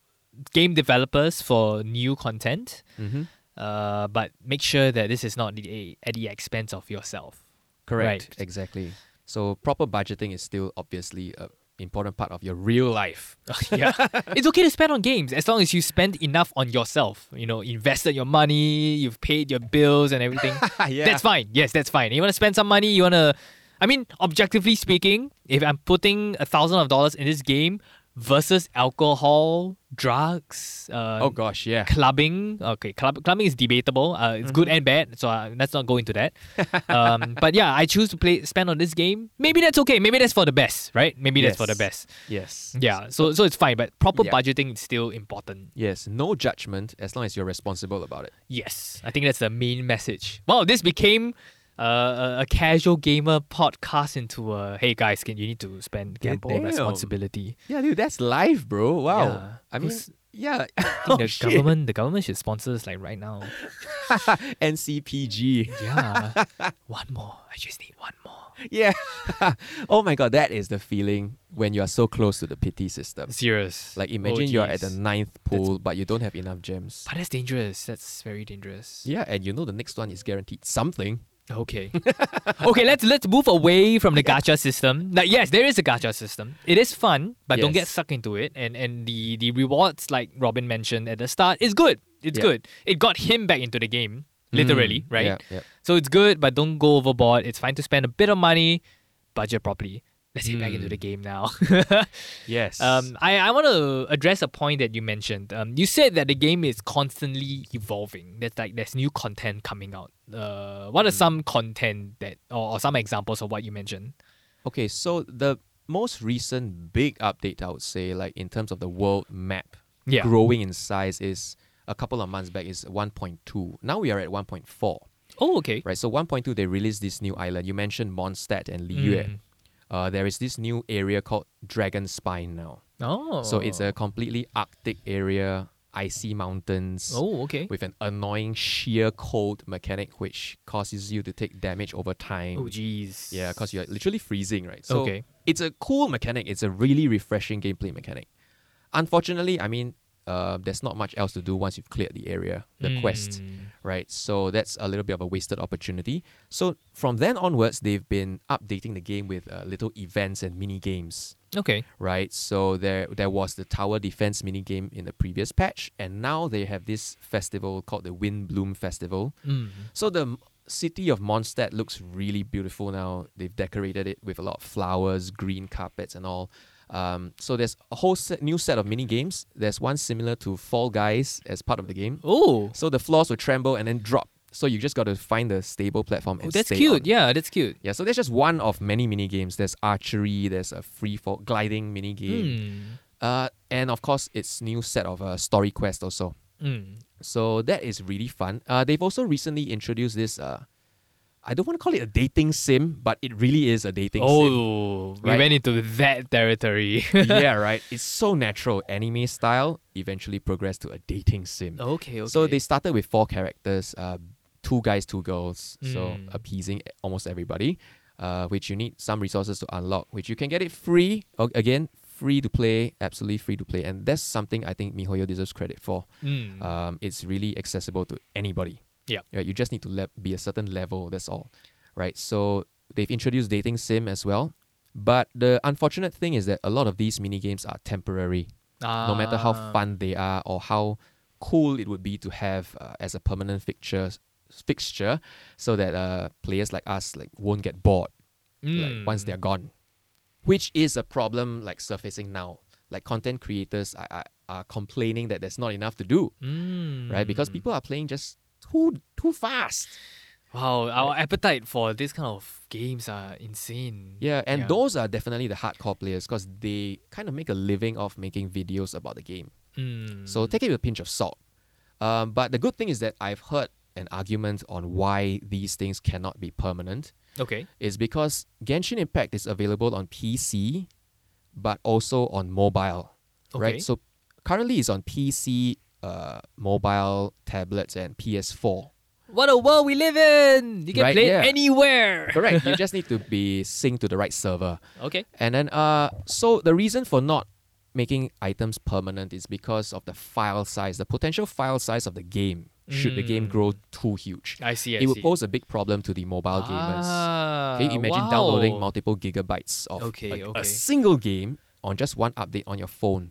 Speaker 2: game developers for new content.
Speaker 1: Mm-hmm.
Speaker 2: Uh, but make sure that this is not the, at the expense of yourself.
Speaker 1: Correct.
Speaker 2: Right.
Speaker 1: Exactly. So proper budgeting is still obviously an important part of your real life.
Speaker 2: yeah, it's okay to spend on games as long as you spend enough on yourself. You know, invested your money, you've paid your bills and everything.
Speaker 1: Ah, yeah.
Speaker 2: That's fine. Yes, that's fine. You want to spend some money. You want to. I mean, objectively speaking, if I'm putting a thousand of dollars in this game versus alcohol, drugs, uh,
Speaker 1: oh gosh, yeah.
Speaker 2: clubbing. Okay, club, clubbing is debatable. Uh, it's good
Speaker 1: Mm-hmm.
Speaker 2: and bad. So uh, let's not go into that. Um, but yeah, I choose to play spend on this game. Maybe that's okay. Maybe that's for the best, right? Maybe that's for the
Speaker 1: Yes.
Speaker 2: best.
Speaker 1: Yes.
Speaker 2: Yeah. So so it's fine. But proper
Speaker 1: Yeah.
Speaker 2: budgeting is still important.
Speaker 1: Yes. No judgment as long as you're responsible about it.
Speaker 2: Yes, I think that's the main message. Wow, this became uh, a, a casual gamer podcast into a hey guys, can you need to spend gamble
Speaker 1: damn.
Speaker 2: responsibility?
Speaker 1: Yeah, dude, that's life, bro. Wow.
Speaker 2: Yeah.
Speaker 1: I mean,
Speaker 2: Who's-
Speaker 1: Yeah.
Speaker 2: I think
Speaker 1: Oh,
Speaker 2: the
Speaker 1: shit.
Speaker 2: government the government should sponsor us like right now.
Speaker 1: NCPG.
Speaker 2: Yeah. one more. I just need one more.
Speaker 1: Yeah. oh my god, that is the feeling when you are so close to the pity system.
Speaker 2: Serious.
Speaker 1: Like
Speaker 2: Oh,
Speaker 1: imagine you're at the
Speaker 2: jeez.
Speaker 1: ninth pool, but you don't have enough gems.
Speaker 2: But that's dangerous. That's very dangerous.
Speaker 1: Yeah, and you know the next one is guaranteed something.
Speaker 2: Okay. okay, let's let's move away from the gacha system. Now, yes, there is a gacha system. It is fun, but don't get
Speaker 1: Yes.
Speaker 2: sucked into it. And and the the rewards, like Robin mentioned at the start, is good. It's
Speaker 1: Yeah.
Speaker 2: good. It got him back into the game, literally,
Speaker 1: Mm,
Speaker 2: right?
Speaker 1: Yeah, yeah.
Speaker 2: So it's good, but don't go overboard. It's fine to spend a bit of money, budget properly. Let's get back into
Speaker 1: Mm.
Speaker 2: the game now.
Speaker 1: Yes.
Speaker 2: um, I, I want to address a point that you mentioned. Um, you said that the game is constantly evolving. There's like there's new content coming out. Uh, what are some content that or, or some examples of what you mentioned?
Speaker 1: Okay, so the most recent big update, I would say, like in terms of the world map
Speaker 2: Yeah.
Speaker 1: growing in size, is a couple of months back is 1.2. Now we are at 1.4,
Speaker 2: Oh, okay.
Speaker 1: right? So 1.2, they released this new island. You mentioned Mondstadt and Liyue.
Speaker 2: Mm.
Speaker 1: Uh, there is this new area called Dragon Spine now.
Speaker 2: Oh.
Speaker 1: So it's a completely Arctic area, icy mountains.
Speaker 2: Oh, okay.
Speaker 1: With an annoying sheer cold mechanic, which causes you to take damage over time.
Speaker 2: Oh, jeez.
Speaker 1: Yeah, because you're literally freezing, right? So
Speaker 2: Okay.
Speaker 1: it's a cool mechanic. It's a really refreshing gameplay mechanic. Unfortunately, I mean, uh, there's not much else to do once you've cleared the area, the quest,
Speaker 2: Mm.
Speaker 1: right? So that's a little bit of a wasted opportunity. So from then onwards, they've been updating the game with uh, little events and mini games,
Speaker 2: Okay.
Speaker 1: right? So there, there was the tower defense mini game in the previous patch, and now they have this festival called the Wind Bloom Festival,
Speaker 2: Mm.
Speaker 1: so the m- city of Mondstadt looks really beautiful now. They've decorated it with a lot of flowers, green carpets, and all. Um, so there's a whole set, new set of mini games. There's one similar to Fall Guys as part of the game.
Speaker 2: Oh.
Speaker 1: So the floors will tremble and then drop. So you just got to find the stable platform and
Speaker 2: Oh, that's
Speaker 1: stay
Speaker 2: cute.
Speaker 1: on.
Speaker 2: Yeah, that's cute.
Speaker 1: Yeah, so there's just one of many mini games. There's archery, there's a free fall gliding mini game,
Speaker 2: Mm.
Speaker 1: uh, and of course its new set of uh, story quest also.
Speaker 2: Mm.
Speaker 1: So that is really fun. Uh, they've also recently introduced this. Uh, I don't want to call it a dating sim, but it really is a dating
Speaker 2: Oh, we
Speaker 1: Right.
Speaker 2: went into that territory.
Speaker 1: sim. yeah, right. It's so natural, anime style. Eventually progressed to a dating sim.
Speaker 2: Oh, okay. Okay.
Speaker 1: So they started with four characters, uh, two guys, two girls. So
Speaker 2: Mm.
Speaker 1: appeasing almost everybody, uh, which you need some resources to unlock, which you can get it free. O- Again, free to play, absolutely free to play, and that's something I think MiHoYo deserves credit for.
Speaker 2: Mm.
Speaker 1: um, it's really accessible to anybody.
Speaker 2: Yeah.
Speaker 1: Right, you just need to le- be a certain level. That's all, right? So they've introduced dating sim as well, but the unfortunate thing is that a lot of these mini games are temporary. No matter how
Speaker 2: Ah.
Speaker 1: fun they are or how cool it would be to have uh, as a permanent fixture, fixture, so that uh, players like us like won't get bored like, once
Speaker 2: Mm.
Speaker 1: they're gone, which is a problem like surfacing now. Like content creators are, are, are complaining that there's not enough to do
Speaker 2: Mm.
Speaker 1: right? Because people are playing just too too fast.
Speaker 2: Wow, our appetite for this kind of games are insane.
Speaker 1: Yeah, and
Speaker 2: Yeah.
Speaker 1: those are definitely the hardcore players because they kind of make a living off making videos about the game.
Speaker 2: Mm.
Speaker 1: So take it with a pinch of salt. Um, but the good thing is that I've heard an argument on why these things cannot be permanent.
Speaker 2: okay.
Speaker 1: Is because Genshin Impact is available on PC, but also on mobile,
Speaker 2: Okay.
Speaker 1: right? So currently it's on PC, uh, mobile, tablets, and PS4.
Speaker 2: What a world we live in! You can
Speaker 1: Right,
Speaker 2: play it
Speaker 1: yeah.
Speaker 2: anywhere.
Speaker 1: Correct. you just need to be synced to the right server.
Speaker 2: Okay.
Speaker 1: And then uh so the reason for not making items permanent is because of the file size, the potential file size of the game. Should the game
Speaker 2: Mm.
Speaker 1: grow too huge?
Speaker 2: I see. I
Speaker 1: it would
Speaker 2: see.
Speaker 1: pose a big problem to the mobile gamers.
Speaker 2: Ah,
Speaker 1: Can you imagine downloading
Speaker 2: wow.
Speaker 1: multiple gigabytes of
Speaker 2: Okay,
Speaker 1: like,
Speaker 2: okay.
Speaker 1: a single game on just one update on your phone?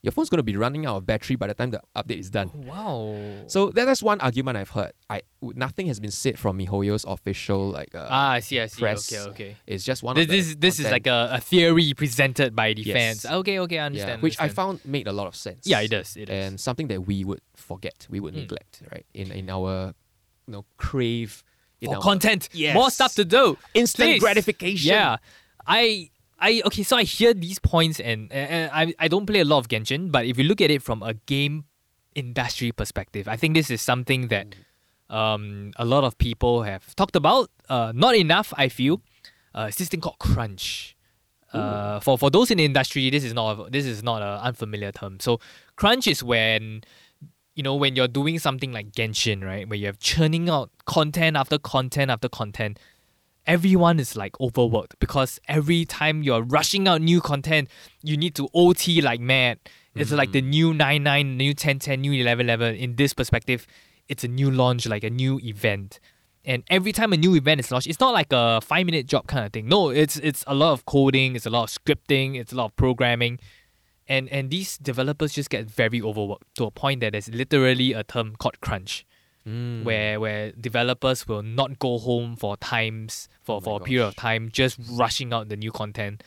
Speaker 1: Your phone's gonna be running out of battery by the time the update is done.
Speaker 2: Wow.
Speaker 1: So that, that's one argument I've heard. I nothing has been said from MiHoYo's official like uh,
Speaker 2: ah, I see. I see.
Speaker 1: press
Speaker 2: Okay. Okay.
Speaker 1: it's just one
Speaker 2: This,
Speaker 1: of the
Speaker 2: this, this is
Speaker 1: content-
Speaker 2: like a, a theory presented by the
Speaker 1: Yes.
Speaker 2: fans. Okay. Okay. I
Speaker 1: Yeah,
Speaker 2: understand.
Speaker 1: which I
Speaker 2: understand.
Speaker 1: found made a lot of sense.
Speaker 2: Yeah, it does. It does.
Speaker 1: And something that we would forget, we would
Speaker 2: Mm.
Speaker 1: neglect, right? In in our you know crave in
Speaker 2: For
Speaker 1: our
Speaker 2: content.
Speaker 1: Yes.
Speaker 2: More stuff to do.
Speaker 1: instant
Speaker 2: Please.
Speaker 1: gratification.
Speaker 2: Yeah, I, I okay. So I hear these points, and, and I, I don't play a lot of Genshin, but if you look at it from a game industry perspective, I think this is something that um, a lot of people have talked about. Uh, not enough, I feel. Uh, it's this thing called crunch. Uh, for for those in the industry, this is not a- this is not an unfamiliar term. So crunch is when you know when you're doing something like Genshin, right, where you have churning out content after content after content. Everyone is like overworked because every time you're rushing out new content, you need to OT like mad. It's like the new 99, new 1010, new 1111. In this perspective, it's a new launch, like a new event. And every time a new event is launched, it's not like a five minute job kind of thing. No, it's it's a lot of coding, it's a lot of scripting, it's a lot of programming. And and these developers just get very overworked to a point that there's literally a term called crunch
Speaker 1: Mm.
Speaker 2: where where developers will not go home for times for,
Speaker 1: Oh my
Speaker 2: for a period of
Speaker 1: gosh.
Speaker 2: time just rushing out the new content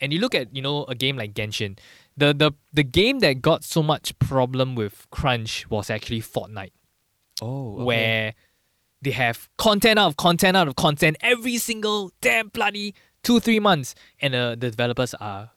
Speaker 2: and you look at you know a game like genshin the the, the game that got so much problem with crunch was actually fortnite
Speaker 1: oh, okay.
Speaker 2: where they have content out of content out of content every single damn bloody two three months and uh, the developers are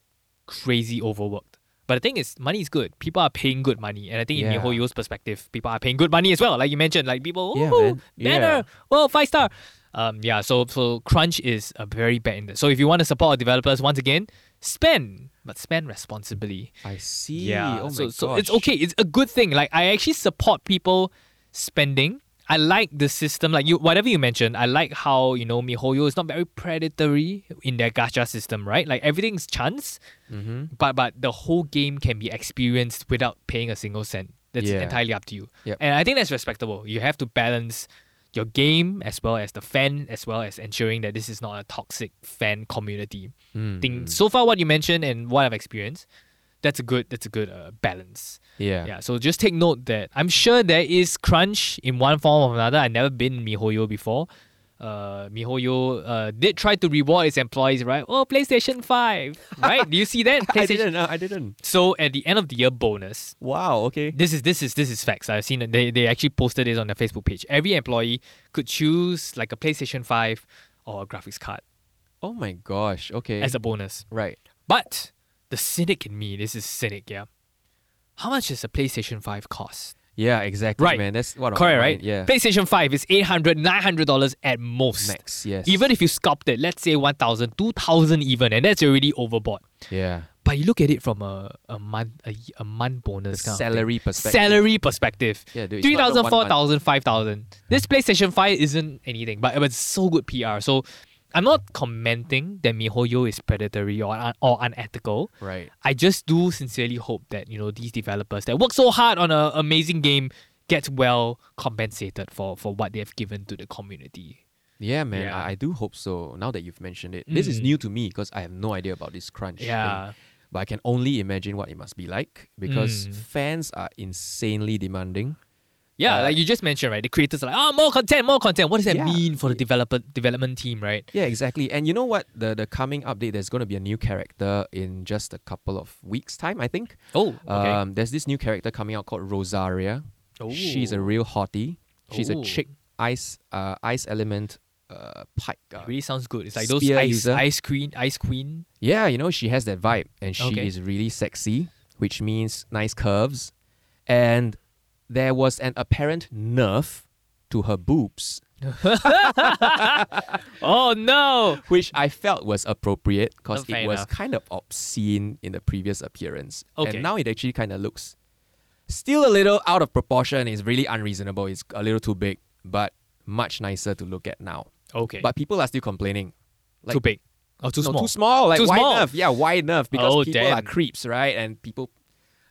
Speaker 2: crazy overworked but the thing is money is good people are paying good money and i think
Speaker 1: Yeah.
Speaker 2: in mihoyo's perspective people are paying good money as well like you mentioned like people
Speaker 1: Yeah,
Speaker 2: "Ooh,
Speaker 1: man.
Speaker 2: banner
Speaker 1: Yeah.
Speaker 2: well five star um yeah so so crunch is a very bad in so if you want to support our developers once again spend but spend responsibly
Speaker 1: I see.
Speaker 2: yeah.
Speaker 1: Oh my
Speaker 2: so, so it's
Speaker 1: gosh.
Speaker 2: okay. It's a good thing. Like I actually support people spending. I like the system. Like you, whatever you mentioned, I like how you know MiHoYo is not very predatory in their gacha system, right? Like everything's chance,
Speaker 1: Mhm.
Speaker 2: but but the whole game can be experienced without paying a single cent. That's
Speaker 1: Yeah.
Speaker 2: entirely up to you.
Speaker 1: Yep.
Speaker 2: And I think that's respectable. You have to balance your game as well as the fan, as well as ensuring that this is not a toxic fan community
Speaker 1: Mm,
Speaker 2: think
Speaker 1: mm.
Speaker 2: so far what you mentioned and what I've experienced, that's a good that's a good uh, balance.
Speaker 1: Yeah.
Speaker 2: Yeah. So just take note that I'm sure there is crunch in one form or another. I've never been in MiHoYo before. Uh, MiHoYo uh, did try to reward its employees, right? Oh, PlayStation Five, right? Do you see that?
Speaker 1: I
Speaker 2: PlayStation.
Speaker 1: didn't. uh, I didn't.
Speaker 2: So at the end of the year bonus,
Speaker 1: Wow. Okay.
Speaker 2: this is this is this is facts. I've seen it. They they actually posted this on their Facebook page. Every employee could choose like a PlayStation Five or a graphics card
Speaker 1: Oh my gosh. Okay.
Speaker 2: as a bonus.
Speaker 1: right.
Speaker 2: But the cynic in me, this is cynic, yeah. How much does a PlayStation 5 cost?
Speaker 1: Yeah. Exactly.
Speaker 2: Right.
Speaker 1: Man. That's what. on
Speaker 2: Correct,
Speaker 1: my
Speaker 2: right?
Speaker 1: mind. Yeah.
Speaker 2: PlayStation 5 is 800 $900 at most.
Speaker 1: Max. Yes.
Speaker 2: Even if you sculpt it, let's say 1,000, 2,000 even, and that's already overbought.
Speaker 1: Yeah.
Speaker 2: But you look at it from a, a month a, y- a month bonus kind of thing.
Speaker 1: Salary perspective.
Speaker 2: Salary perspective.
Speaker 1: Yeah, dude, it's not the one
Speaker 2: 3,000,
Speaker 1: month.
Speaker 2: 4,000, 5,000. This PlayStation 5 isn't anything, but it was so good PR. So I'm not commenting that MiHoYo is predatory or, un- or unethical.
Speaker 1: Right.
Speaker 2: I just do sincerely hope that you know these developers that work so hard on an amazing game get well compensated for for what they have given to the community.
Speaker 1: Yeah, man.
Speaker 2: Yeah.
Speaker 1: I, I do hope so. Now that you've mentioned it, this is
Speaker 2: Mm.
Speaker 1: new to me because I have no idea about this crunch. thing.
Speaker 2: Yeah,
Speaker 1: But I can only imagine what it must be like because
Speaker 2: Mm.
Speaker 1: fans are insanely demanding.
Speaker 2: yeah,
Speaker 1: Uh,
Speaker 2: like you just mentioned, right? The creators are like, oh, more content, more content. What does that
Speaker 1: Yeah.
Speaker 2: mean for the developer development team, right?
Speaker 1: Yeah, exactly. And you know what? The the coming update, there's going to be a new character in just a couple of weeks' time, I think.
Speaker 2: Oh, okay.
Speaker 1: Um, there's this new character coming out called Rosaria.
Speaker 2: Oh.
Speaker 1: She's a
Speaker 2: Ooh.
Speaker 1: real hottie. She's
Speaker 2: Ooh.
Speaker 1: a chick ice uh, ice element uh, pike. uh,
Speaker 2: It really sounds good. It's like those
Speaker 1: spear
Speaker 2: ice
Speaker 1: user.
Speaker 2: ice queen, ice queen.
Speaker 1: Yeah, you know, she has that vibe and she
Speaker 2: Okay.
Speaker 1: is really sexy, which means nice curves. And there was an apparent nerf to her boobs,
Speaker 2: Oh no!
Speaker 1: which I felt was appropriate because
Speaker 2: Oh, fair
Speaker 1: it was
Speaker 2: enough.
Speaker 1: kind of obscene in the previous appearance.
Speaker 2: Okay.
Speaker 1: And now it actually kind of looks still a little out of proportion. It's really unreasonable. It's a little too big, but much nicer to look at now.
Speaker 2: Okay,
Speaker 1: But people are still complaining. Like,
Speaker 2: too big or too
Speaker 1: no,
Speaker 2: small?
Speaker 1: too small. Like
Speaker 2: Too
Speaker 1: why
Speaker 2: small.
Speaker 1: enough? Yeah, why enough? Because
Speaker 2: Oh,
Speaker 1: people are
Speaker 2: damn.
Speaker 1: creeps, right? And people,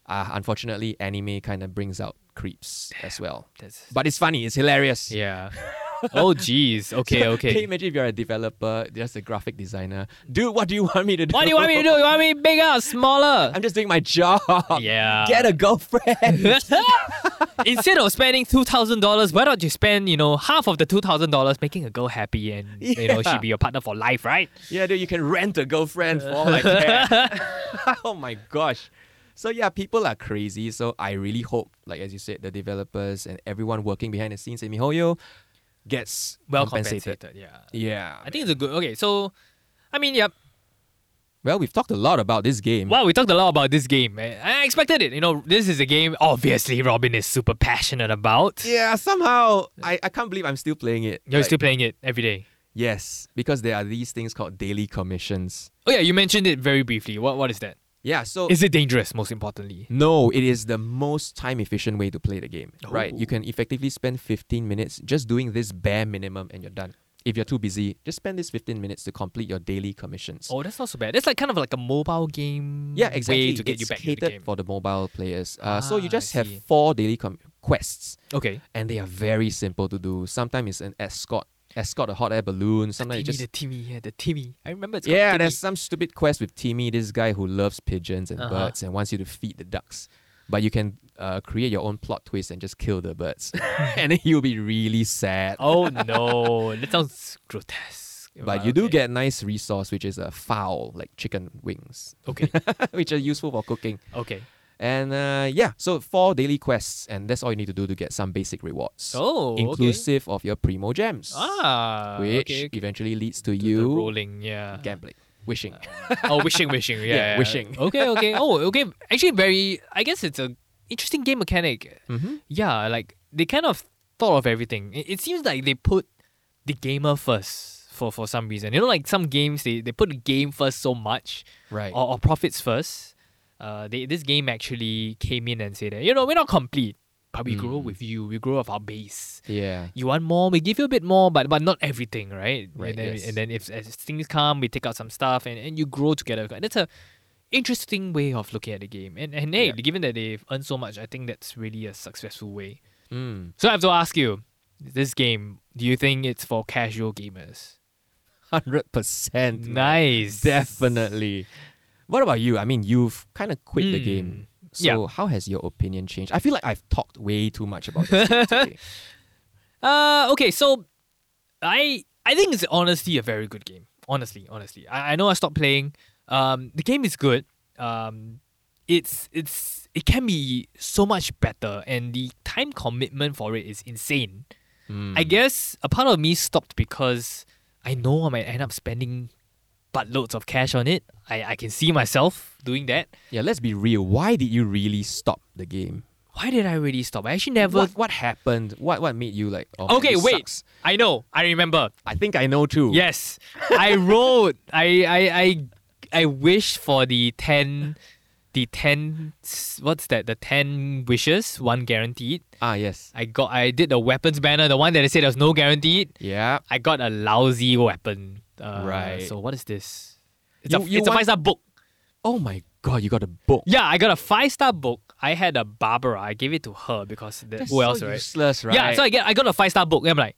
Speaker 1: uh, unfortunately, anime kind of brings out creeps as well.
Speaker 2: That's-
Speaker 1: But it's funny. It's hilarious.
Speaker 2: yeah. oh jeez. Okay, okay.
Speaker 1: Can you imagine if you're a developer, just a graphic designer? Dude, what do you want me to do?
Speaker 2: What do you want me to do? You want me bigger, smaller?
Speaker 1: I'm just doing my job.
Speaker 2: Yeah.
Speaker 1: uh, Get a girlfriend.
Speaker 2: Instead of spending two thousand dollars, why don't you spend you know half of the two thousand dollars making a girl happy and you know she
Speaker 1: Yeah.
Speaker 2: be your partner for life, right?
Speaker 1: yeah, dude, you can rent a girlfriend for all I care. oh my gosh. So yeah, people are crazy. So I really hope, like as you said, the developers and everyone working behind the scenes in MiHoYo gets
Speaker 2: Well
Speaker 1: compensated.
Speaker 2: compensated. yeah.
Speaker 1: Yeah.
Speaker 2: I think it's a good. Okay, so. I mean, yeah.
Speaker 1: Well, we've talked a lot about this game.
Speaker 2: Well, we talked a lot about this game. eh, I expected it. You know, this is a game obviously Robin is super passionate about.
Speaker 1: Yeah, somehow I, I can't believe I'm still playing it.
Speaker 2: You're
Speaker 1: Like,
Speaker 2: still playing it every day.
Speaker 1: Yes, because there are these things called daily commissions.
Speaker 2: Oh yeah, you mentioned it very briefly. What what is that?
Speaker 1: Yeah, so
Speaker 2: Is it dangerous? Most importantly.
Speaker 1: no, it is the most time efficient way to play the game, right?
Speaker 2: Oh.
Speaker 1: You can effectively spend 15 minutes just doing this bare minimum and you're done. If you're too busy, just spend this 15 minutes to complete your daily commissions.
Speaker 2: Oh, that's not so bad. That's like kind of like a mobile game.
Speaker 1: Yeah, exactly.
Speaker 2: Way to get
Speaker 1: it's
Speaker 2: you back into
Speaker 1: catered
Speaker 2: the game.
Speaker 1: for the mobile players. Uh, so you
Speaker 2: Ah,
Speaker 1: just
Speaker 2: I
Speaker 1: have
Speaker 2: see.
Speaker 1: four daily com- quests,
Speaker 2: okay.
Speaker 1: and they are very simple to do. Sometimes it's an escort, escort a hot air balloon. Sometimes you
Speaker 2: Timmy,
Speaker 1: just
Speaker 2: the Timmy, yeah, the Timmy. I remember it's called
Speaker 1: yeah,
Speaker 2: Timmy.
Speaker 1: there's some stupid quest with Timmy, this guy who loves pigeons and
Speaker 2: Uh-huh.
Speaker 1: birds and wants you to feed the ducks. But you can uh, create your own plot twist and just kill the birds. and then he'll be really sad.
Speaker 2: Oh no, that sounds grotesque.
Speaker 1: But you do get nice resource, which is a fowl, like chicken wings,
Speaker 2: okay.
Speaker 1: which are useful for cooking.
Speaker 2: Okay.
Speaker 1: And uh, yeah, so four daily quests, and that's all you need to do to get some basic rewards,
Speaker 2: Oh,
Speaker 1: inclusive of your primo gems,
Speaker 2: Okay. Ah,
Speaker 1: which
Speaker 2: okay, okay.
Speaker 1: eventually leads to
Speaker 2: The
Speaker 1: you
Speaker 2: rolling, yeah.
Speaker 1: gambling, wishing.
Speaker 2: oh, wishing, wishing, yeah,
Speaker 1: Yeah,
Speaker 2: yeah.
Speaker 1: wishing.
Speaker 2: Okay, okay. Oh, okay. Actually, very. I guess it's a interesting game mechanic.
Speaker 1: mm-hmm.
Speaker 2: Yeah, like they kind of thought of everything. It, it seems like they put the gamer first for for some reason. You know, like some games they they put the game first so much
Speaker 1: Right.
Speaker 2: or, or profits first. Uh, they, this game actually came in and said that you know we're not complete, but we grow
Speaker 1: Mm.
Speaker 2: with you. We grow with our base.
Speaker 1: Yeah.
Speaker 2: You want more, we give you a bit more, but but not everything, right?
Speaker 1: Right,
Speaker 2: And then,
Speaker 1: yes.
Speaker 2: and then if as things come, we take out some stuff, and, and you grow together. And that's a interesting way of looking at the game. And and hey,
Speaker 1: Yeah.
Speaker 2: given that they've earned so much, I think that's really a successful way.
Speaker 1: Mm.
Speaker 2: So I have to ask you, this game, do you think it's for casual gamers?
Speaker 1: Hundred percent.
Speaker 2: Nice,
Speaker 1: Definitely. What about you? I mean, you've kind of quit the
Speaker 2: Mm.
Speaker 1: game. So
Speaker 2: Yeah.
Speaker 1: how has your opinion changed? I feel like I've talked way too much about this game today.
Speaker 2: Uh, okay, so I I think it's honestly a very good game. Honestly, honestly, I, I know I stopped playing. Um, the game is good. Um, it's it's it can be so much better, and the time commitment for it is insane. I
Speaker 1: Mm.
Speaker 2: guess a part of me stopped because I know I might end up spending buttloads of cash on it. I, I can see myself doing that.
Speaker 1: Yeah, let's be real. Why did you really stop the game?
Speaker 2: Why did I really stop? I actually never.
Speaker 1: What, what happened? What what made you like? Oh, man,
Speaker 2: Okay,
Speaker 1: this
Speaker 2: wait.
Speaker 1: sucks.
Speaker 2: I know. I remember.
Speaker 1: I think I know too.
Speaker 2: Yes, I rode. I I I I wished for the ten, the ten. What's that? The ten wishes, one guaranteed.
Speaker 1: Ah yes.
Speaker 2: I got. I did the weapons banner, the one that they said there was no guaranteed.
Speaker 1: Yeah.
Speaker 2: I got a lousy weapon. Uh,
Speaker 1: Right.
Speaker 2: So what is this? It's a
Speaker 1: You- you
Speaker 2: it's a
Speaker 1: want-
Speaker 2: five star book.
Speaker 1: Oh my god, you got a book.
Speaker 2: Yeah, I got a five star book. I had a Barbara. I gave it to her because the,
Speaker 1: That's
Speaker 2: who else,
Speaker 1: so
Speaker 2: right?
Speaker 1: useless, right?
Speaker 2: Yeah, so I get I got a five star book. And I'm like,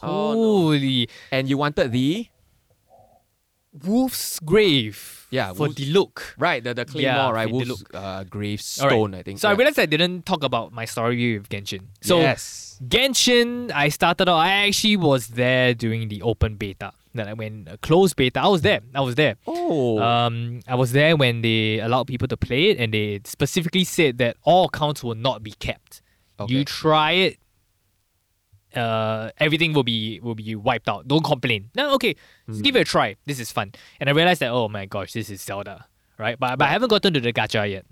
Speaker 1: Oh, no.
Speaker 2: holy.
Speaker 1: and you wanted the
Speaker 2: Wolf's Grave.
Speaker 1: Yeah,
Speaker 2: for
Speaker 1: Wolf's-
Speaker 2: the look.
Speaker 1: right the the claymore
Speaker 2: Yeah,
Speaker 1: right
Speaker 2: with the
Speaker 1: wolf's
Speaker 2: look.
Speaker 1: uh,
Speaker 2: Alright.
Speaker 1: gravestone I think.
Speaker 2: So I
Speaker 1: Yeah.
Speaker 2: realized I didn't talk about my story with Genshin. So
Speaker 1: yes.
Speaker 2: Genshin, I started out. I actually was there during the open beta. Then I went uh, closed beta. I was there. I was there.
Speaker 1: Oh.
Speaker 2: Um, I was there when they allowed people to play it, and they specifically said that all accounts will not be kept. You
Speaker 1: Okay.
Speaker 2: try it, uh, everything will be will be wiped out. Don't complain. No, okay, just
Speaker 1: Hmm.
Speaker 2: give it a try. This is fun. And I realized that oh my gosh, this is Zelda, right? But but I haven't gotten to the gacha yet.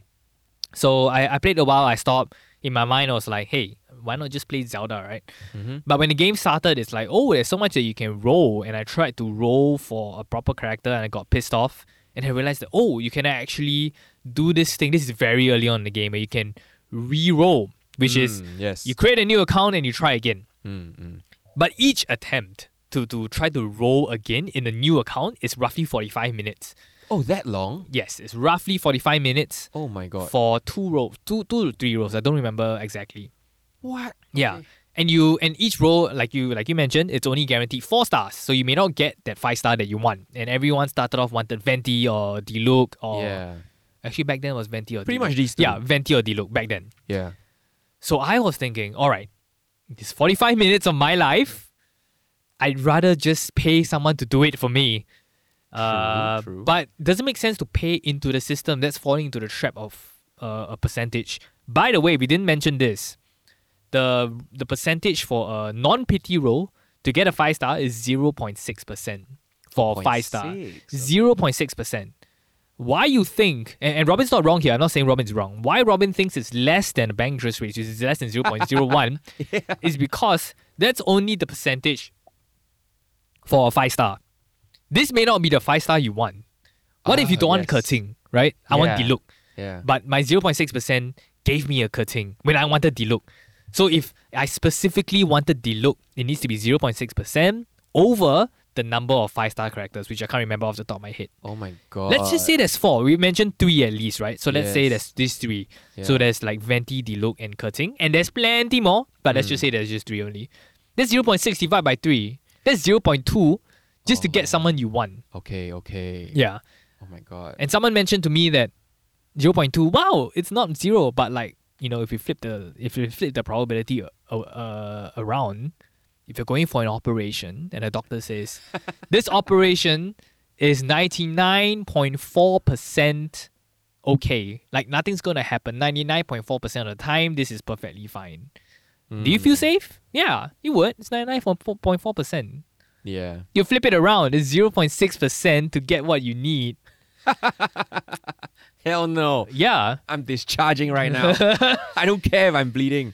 Speaker 2: So I, I played a while. I stopped. In my mind, I was like, hey, why not just play Zelda, right?
Speaker 1: Mhm.
Speaker 2: But when the game started, it's like, oh, there's so much that you can roll. And I tried to roll for a proper character and I got pissed off. And I realized that, oh, you can actually do this thing. This is very early on in the game where you can re roll, which is
Speaker 1: Mm, yes.
Speaker 2: you create a new account and you try again.
Speaker 1: Mm, mm.
Speaker 2: But each attempt to, to try to roll again in a new account is roughly 45 minutes.
Speaker 1: Oh, that long?
Speaker 2: Yes, it's roughly 45 minutes
Speaker 1: Oh my god.
Speaker 2: for two rolls, two, two to three rolls. I don't remember exactly.
Speaker 1: what?
Speaker 2: Yeah.
Speaker 1: Okay.
Speaker 2: And you and each roll, like you like you mentioned, it's only guaranteed four stars. So you may not get that five star that you want. And everyone started off wanted Venti or Diluc or
Speaker 1: Yeah.
Speaker 2: actually back then was Venti or
Speaker 1: Pretty
Speaker 2: Diluc.
Speaker 1: much these two.
Speaker 2: Yeah, Venti or Diluc back then.
Speaker 1: Yeah.
Speaker 2: So I was thinking, all right, this forty five minutes of my life, I'd rather just pay someone to do it for me. Uh,
Speaker 1: true.
Speaker 2: But doesn't make sense to pay into the system. That's falling into the trap of uh, a percentage. By the way, we didn't mention this. The the percentage for a non pity roll to get a five star is zero point six percent for a five star.
Speaker 1: 0.6.
Speaker 2: Zero point six percent. Why you think and, and Robin's not wrong here, I'm not saying Robin's wrong. Why Robin thinks it's less than a bank interest rate, which is less than zero point zero one, is because that's only the percentage for a five star. This may not be the five star you want. What if you
Speaker 1: Ah,
Speaker 2: don't want
Speaker 1: yes.
Speaker 2: Kerting, right? I want
Speaker 1: Yeah.
Speaker 2: Diluc.
Speaker 1: Yeah.
Speaker 2: But my 0.6% gave me a Kerting when I wanted Diluc. So if I specifically wanted Diluc, it needs to be 0.6% over the number of five star characters, which I can't remember off the top of my head.
Speaker 1: Oh my god.
Speaker 2: Let's just say there's four. We mentioned three at least, right? So let's say
Speaker 1: Yes.
Speaker 2: there's these three.
Speaker 1: Yeah.
Speaker 2: So there's like Venti, Diluc, and Kerting. And there's plenty more, but let's
Speaker 1: Hmm.
Speaker 2: just say there's just three only. That's 0.6 divided by three. That's 0.2 just to
Speaker 1: Oh.
Speaker 2: get someone you want.
Speaker 1: Okay. Okay.
Speaker 2: Yeah.
Speaker 1: Oh my god.
Speaker 2: And someone mentioned to me that 0.2, wow, it's not zero, but like, you know, if you flip the if you flip the probability uh, uh, around, if you're going for an operation and a doctor says this operation is 99.4% okay, like nothing's going to happen 99.4% of the time, this is perfectly fine. Do you
Speaker 1: Mm.
Speaker 2: feel safe? Yeah, you would. It's 99.4%.
Speaker 1: Yeah.
Speaker 2: You flip it around, it's 0.6% to get what you need.
Speaker 1: Hell no.
Speaker 2: Yeah.
Speaker 1: I'm discharging right now. I don't care if I'm bleeding.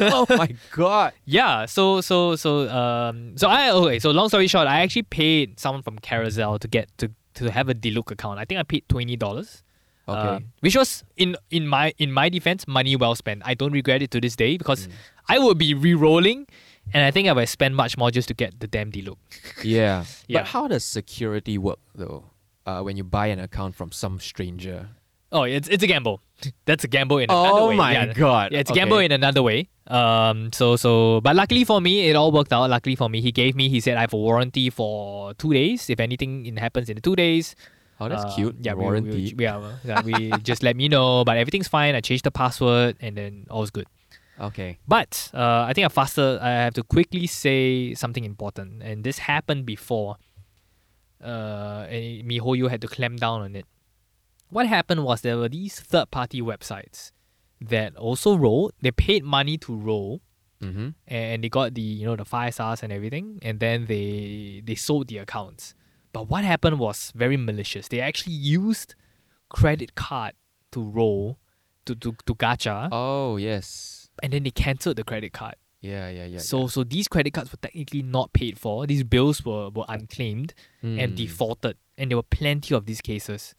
Speaker 1: oh my god.
Speaker 2: Yeah, so so so um so I okay, so long story short, I actually paid someone from Carousel to get to to have a Diluc account. I think I paid twenty dollars. Uh,
Speaker 1: Okay.
Speaker 2: which was in in my in my defense, money well spent. I don't regret it to this day
Speaker 1: Mm.
Speaker 2: because I would be re-rolling and I think I would spend much more just to get the damn Diluc.
Speaker 1: yeah.
Speaker 2: Yeah.
Speaker 1: But how does security work though? Uh, when you buy an account from some stranger.
Speaker 2: Oh, it's it's a gamble. That's a gamble in another
Speaker 1: Oh
Speaker 2: way.
Speaker 1: my
Speaker 2: Yeah.
Speaker 1: god.
Speaker 2: Yeah, it's a gamble in another way. Um, so so, but luckily for me, it all worked out. Luckily for me, he gave me. He said I have a warranty for two days. If anything in- happens in the two days,
Speaker 1: Oh, that's
Speaker 2: uh,
Speaker 1: cute.
Speaker 2: Yeah, we- we-
Speaker 1: warranty.
Speaker 2: We, yeah, well, yeah, we just let me know, but everything's fine. I changed the password, and then all's good.
Speaker 1: okay.
Speaker 2: But uh, I think I faster. I have to quickly say something important, and this happened before. Uh, and MiHoYo had to clamp down on it. What happened was there were these third-party websites that also rolled. They paid money to roll,
Speaker 1: Mm-hmm.
Speaker 2: and they got the you know the five stars and everything, and then they they sold the accounts. But what happened was very malicious. They actually used credit card to roll, to to to gacha,
Speaker 1: Oh yes.
Speaker 2: and then they cancelled the credit card.
Speaker 1: Yeah, yeah, yeah.
Speaker 2: So so these credit cards were technically not paid for. These bills were, were unclaimed
Speaker 1: yeah.
Speaker 2: and
Speaker 1: Mm.
Speaker 2: defaulted. And there were plenty of these cases.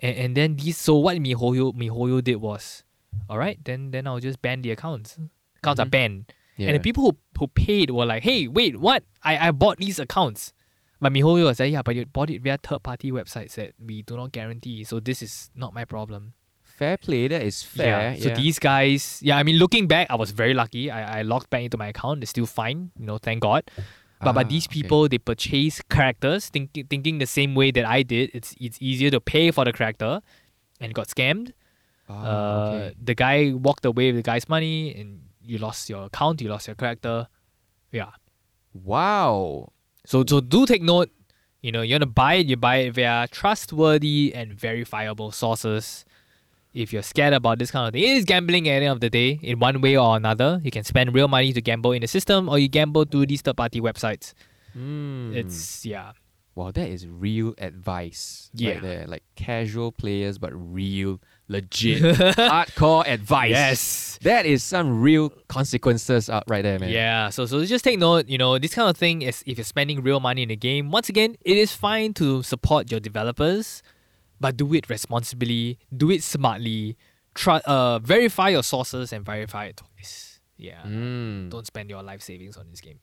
Speaker 2: And, and then these so what MiHoYo MiHoYo did was, all right, then then I'll just ban the accounts. Accounts are
Speaker 1: Mhm.
Speaker 2: banned.
Speaker 1: yeah.
Speaker 2: And the people who, who paid were like, hey, wait, what? I, I bought these accounts. But MiHoYo was like, yeah, but you bought it via third party websites that we do not guarantee. So this is not my problem.
Speaker 1: fair play. That is fair.
Speaker 2: Yeah. So
Speaker 1: yeah.
Speaker 2: these guys, yeah, I mean, looking back, I was very lucky. I, I logged back into my account. It's still fine, you know, thank God. But
Speaker 1: Ah,
Speaker 2: but these
Speaker 1: okay.
Speaker 2: people, they purchase characters, thinking thinking the same way that I did. It's it's easier to pay for the character, and got scammed.
Speaker 1: Ah,
Speaker 2: uh,
Speaker 1: okay.
Speaker 2: The guy walked away with the guy's money, and you lost your account. You lost your character. Yeah.
Speaker 1: Wow.
Speaker 2: So so do take note. You know, you want to buy it, you buy it via trustworthy and verifiable sources. If you're scared about this kind of thing, it is gambling at the end of the day, in one way or another. You can spend real money to gamble in the system or you gamble through these third party websites. Hmm.
Speaker 1: Mm.
Speaker 2: It's yeah.
Speaker 1: Wow, that is real advice
Speaker 2: Yeah.
Speaker 1: right there. Like casual players, but real, legit, hardcore advice.
Speaker 2: Yes.
Speaker 1: That is some real consequences out right there, man.
Speaker 2: Yeah, so so just take note, you know, this kind of thing is if you're spending real money in a game, once again, it is fine to support your developers, but do it responsibly, do it smartly, try uh verify your sources and verify it twice. Yeah.
Speaker 1: Mm.
Speaker 2: Don't spend your life savings on this game.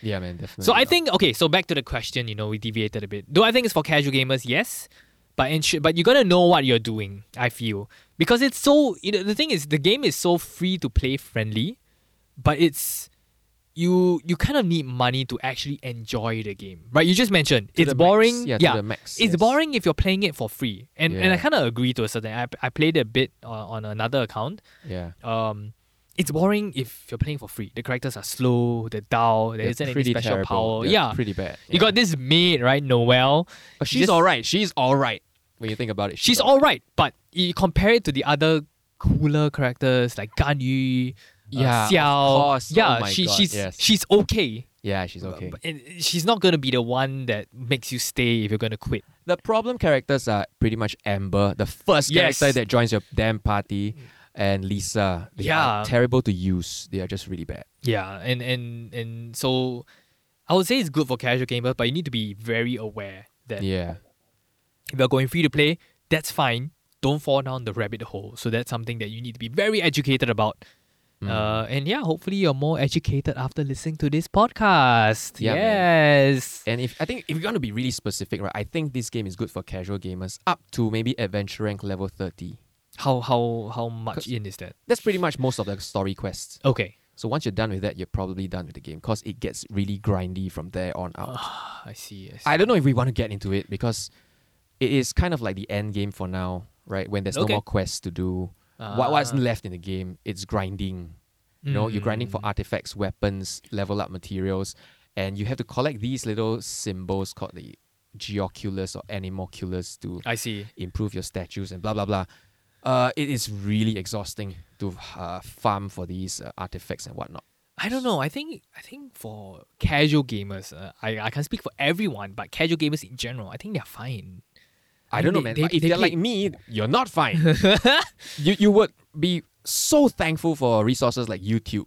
Speaker 1: Yeah, man, definitely.
Speaker 2: Hmm. So I think okay, so back to the question, you know, we deviated a bit. Do I think it's for casual gamers? Yes. But ensure, but you gotta know what you're doing, I feel. Because it's so you know, the thing is the game is so free to play friendly, but it's you you kind of need money to actually enjoy the game. Right? You just mentioned
Speaker 1: To
Speaker 2: it's
Speaker 1: the max.
Speaker 2: boring.
Speaker 1: Yeah, to the max,
Speaker 2: It's
Speaker 1: yes.
Speaker 2: boring if you're playing it for free. And and I
Speaker 1: Yeah.
Speaker 2: kinda agree to a certain I I played a bit uh, on another account
Speaker 1: Yeah.
Speaker 2: um it's boring if you're playing for free. The characters are slow, they're dull, there
Speaker 1: They're
Speaker 2: isn't any
Speaker 1: pretty
Speaker 2: special
Speaker 1: terrible.
Speaker 2: power.
Speaker 1: They're
Speaker 2: Yeah.
Speaker 1: Pretty bad.
Speaker 2: You got
Speaker 1: Yeah.
Speaker 2: this maid, right, Noelle.
Speaker 1: But she's
Speaker 2: just-
Speaker 1: alright. She's alright. When you think about it,
Speaker 2: She's
Speaker 1: all.
Speaker 2: alright, but you compare it to the other cooler characters like Gan Yu,
Speaker 1: Yeah,
Speaker 2: uh,
Speaker 1: of
Speaker 2: Xiao.
Speaker 1: course. Oh
Speaker 2: Yeah,
Speaker 1: my
Speaker 2: she,
Speaker 1: God,
Speaker 2: she's
Speaker 1: yes.
Speaker 2: she's okay.
Speaker 1: Yeah, she's okay.
Speaker 2: But- And she's not gonna be the one that makes you stay if you're gonna quit.
Speaker 1: the problem characters are pretty much Amber, the first
Speaker 2: Yes.
Speaker 1: character that joins your damn party, and Lisa. They
Speaker 2: Yeah.
Speaker 1: are terrible to use. They are just really bad.
Speaker 2: Yeah, and and and so I I would say it's good for casual gamers, but you need to be very aware that
Speaker 1: Yeah.
Speaker 2: if you're going free to play, that's fine. Don't fall down the rabbit hole. So that's something that you need to be very educated about.
Speaker 1: Mm.
Speaker 2: Uh, and yeah, hopefully you're more educated after listening to this podcast.
Speaker 1: Yeah,
Speaker 2: yes.
Speaker 1: and if I think if you're gonna be really specific, right, I think this game is good for casual gamers up to maybe adventure rank level thirty.
Speaker 2: How how how much
Speaker 1: 'Cause-
Speaker 2: in is that?
Speaker 1: That's pretty much most of the story quests.
Speaker 2: Okay,
Speaker 1: So once you're done with that, you're probably done with the game because it gets really grindy from there on out.
Speaker 2: Ah, I see. I see.
Speaker 1: I don't know if we want to get into it because it is kind of like the end game for now, right? When there's
Speaker 2: Okay.
Speaker 1: no more quests to do. what, what's
Speaker 2: Ah.
Speaker 1: left in the game? It's grinding. You know, you're grinding for
Speaker 2: Mm.
Speaker 1: artifacts, weapons, level up materials, and you have to collect these little symbols called the geoculus or animoculus to
Speaker 2: I see.
Speaker 1: improve your statues and blah blah blah. Uh, it is really exhausting to uh, farm for these uh, artifacts and whatnot.
Speaker 2: I don't know. I think I think for casual gamers, uh, I I can't speak for everyone, but casual gamers in general, I think they're fine.
Speaker 1: I don't know,
Speaker 2: They-
Speaker 1: man.
Speaker 2: they-
Speaker 1: Like, if
Speaker 2: they
Speaker 1: you're
Speaker 2: play-
Speaker 1: like me, you're not fine. you you would be so thankful for resources like YouTube.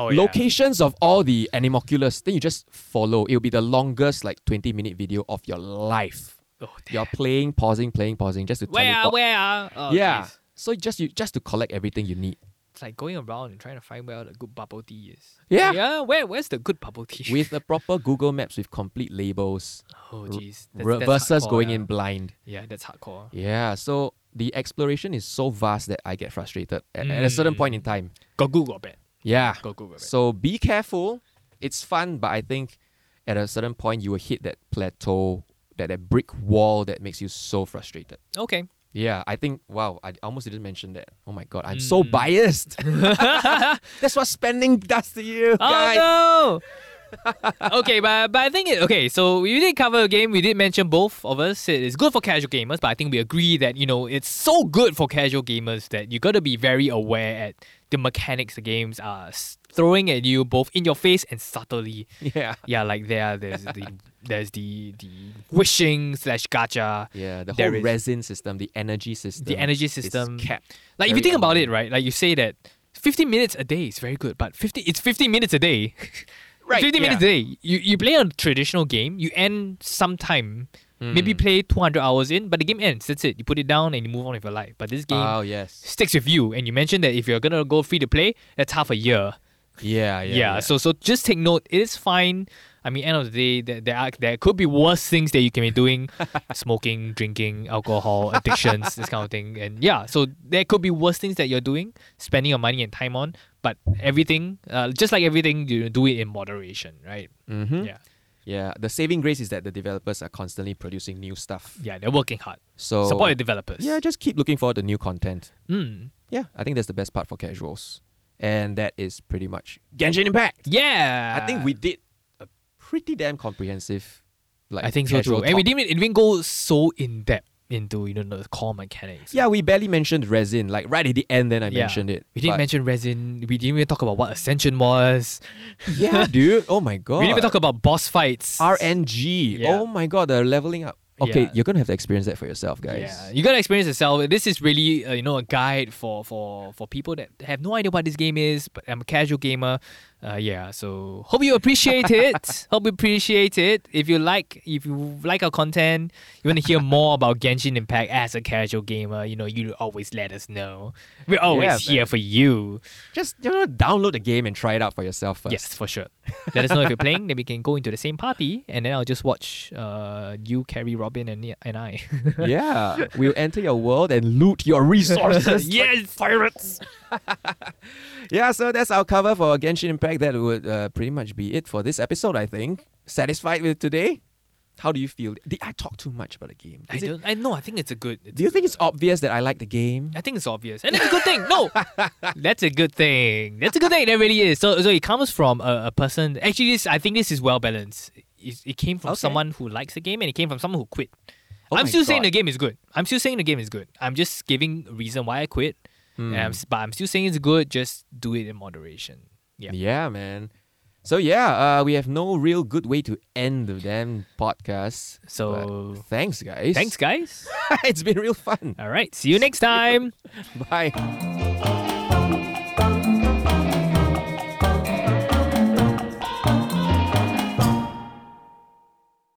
Speaker 2: Oh
Speaker 1: Locations of all the animoculus. Then you just follow. It'll be the longest like 20 minute video of your life.
Speaker 2: Oh,
Speaker 1: You're playing, pausing, playing, pausing just to
Speaker 2: where are
Speaker 1: teleport.
Speaker 2: where are? Oh,
Speaker 1: yeah.
Speaker 2: jeez.
Speaker 1: So just you just to collect everything you need.
Speaker 2: It's like going around and trying to find where all the good bubble tea is.
Speaker 1: Yeah.
Speaker 2: Yeah. Where where's the good bubble tea?
Speaker 1: With the proper Google Maps with complete labels
Speaker 2: oh jeez. That's-
Speaker 1: re-
Speaker 2: that's
Speaker 1: versus
Speaker 2: hardcore,
Speaker 1: going
Speaker 2: yeah.
Speaker 1: in blind.
Speaker 2: Yeah, that's hardcore.
Speaker 1: Yeah, so the exploration is so vast that I get frustrated at, at a
Speaker 2: Hmm.
Speaker 1: certain point in time.
Speaker 2: Got good, got bad.
Speaker 1: Yeah.
Speaker 2: Got good, got bad.
Speaker 1: So be careful. It's fun, but I think at a certain point you will hit that plateau, that, that brick wall that makes you so frustrated.
Speaker 2: Okay.
Speaker 1: Yeah, I think wow, I almost didn't mention that. Oh my god, I'm
Speaker 2: Mm.
Speaker 1: so biased. That's what spending does to you, guys.
Speaker 2: Oh no. okay, but but I think it okay. So we did cover a game. We did mention both of us. said It's good for casual gamers, but I think we agree that you know it's so good for casual gamers that you got to be very aware at the mechanics the games are s- throwing at you, both in your face and subtly.
Speaker 1: Yeah.
Speaker 2: Yeah, like there, there's the there's the the wishing slash gacha.
Speaker 1: Yeah, the
Speaker 2: There
Speaker 1: whole
Speaker 2: is-
Speaker 1: resin system, the energy system.
Speaker 2: The energy
Speaker 1: is
Speaker 2: system.
Speaker 1: capped.
Speaker 2: Like if you
Speaker 1: Very
Speaker 2: think about it,
Speaker 1: annoying.
Speaker 2: right? Like you say that 15 minutes a day is very good, but 50 it's 15 minutes a day.
Speaker 1: Right,
Speaker 2: 15 minutes
Speaker 1: yeah.
Speaker 2: a day. You you play a traditional game, you end sometime. Maybe
Speaker 1: Mm.
Speaker 2: play 200 hours in, but the game ends. That's it. You put it down and you move on with your life. But this game
Speaker 1: Oh yes.
Speaker 2: sticks with you and you mentioned that if you're going to go free to play, that's half a year.
Speaker 1: Yeah, yeah.
Speaker 2: Yeah, So so just take note. It is fine. I mean, end of the day, there there, are, there could be worse things that you can be doing, smoking, drinking, alcohol, addictions, this kind of thing. And yeah, so there could be worse things that you're doing, spending your money and time on. But everything, uh, just like everything, you do it in moderation, right?
Speaker 1: Mm-hmm.
Speaker 2: Yeah,
Speaker 1: Yeah, the saving grace is that the developers are constantly producing new stuff.
Speaker 2: yeah, they're working hard.
Speaker 1: So
Speaker 2: Support the developers.
Speaker 1: Oh. Yeah, just keep looking forward to new content.
Speaker 2: Mm.
Speaker 1: Yeah, I think that's the best part for casuals, and that is pretty much Genshin Impact.
Speaker 2: Yeah.
Speaker 1: I think we did a pretty damn comprehensive, like
Speaker 2: I think so
Speaker 1: casual
Speaker 2: too. And we
Speaker 1: talk.
Speaker 2: didn't. It didn't go so in depth into you know the core mechanics.
Speaker 1: Yeah, we barely mentioned resin. Like right at the end, then I
Speaker 2: Yeah.
Speaker 1: mentioned it.
Speaker 2: We didn't
Speaker 1: but-
Speaker 2: mention resin. We didn't even talk about what ascension was.
Speaker 1: Yeah, dude. Oh my god.
Speaker 2: We didn't even talk about boss fights.
Speaker 1: RNG.
Speaker 2: Yeah.
Speaker 1: Oh my god, they're leveling up. Okay,
Speaker 2: Yeah.
Speaker 1: you're gonna have to experience that for yourself, guys.
Speaker 2: Yeah, you gotta experience yourself. This is really uh, you know a guide for for for people that have no idea what this game is. But I'm a casual gamer. Uh, yeah, so hope you appreciate it. hope you appreciate it. If you like if you like our content, you want to hear more about Genshin Impact as a casual gamer. You know you always let us know. We're always
Speaker 1: Yeah,
Speaker 2: here for you.
Speaker 1: Just you know, download the game and try it out for yourself first.
Speaker 2: Yes, for sure. Let us know if you're playing, then we can go into the same party, and then I'll just watch uh, you, Carrie, Robin, and and I.
Speaker 1: yeah. We'll enter your world and loot your resources.
Speaker 2: yes, pirates.
Speaker 1: Yeah, so that's our cover for Genshin Impact. That would uh, pretty much be it for this episode, I think. Satisfied with today? How do you feel? Did I talk too much about the game?
Speaker 2: I
Speaker 1: Is it-
Speaker 2: don't. I know. I think it's a good.
Speaker 1: do you think it's obvious that I like the game?
Speaker 2: I think it's obvious, and it's a good thing. No, that's a good thing. That's a good thing. That really is. So, so it comes from a, a person. Actually, this I think this is well balanced. It, it came from
Speaker 1: Okay.
Speaker 2: someone who likes the game, and it came from someone who quit.
Speaker 1: Oh
Speaker 2: I'm
Speaker 1: my
Speaker 2: still saying
Speaker 1: God.
Speaker 2: the game is good. I'm still saying the game is good. I'm just giving reason why I quit.
Speaker 1: Hmm.
Speaker 2: And I'm, s- but I'm still saying it's good. Just do it in moderation. Yeah.
Speaker 1: Yeah, man. So yeah, uh, we have no real good way to end the damn podcast. but
Speaker 2: So
Speaker 1: thanks, guys.
Speaker 2: thanks, guys.
Speaker 1: it's been real fun.
Speaker 2: All right. See you next time.
Speaker 1: Bye.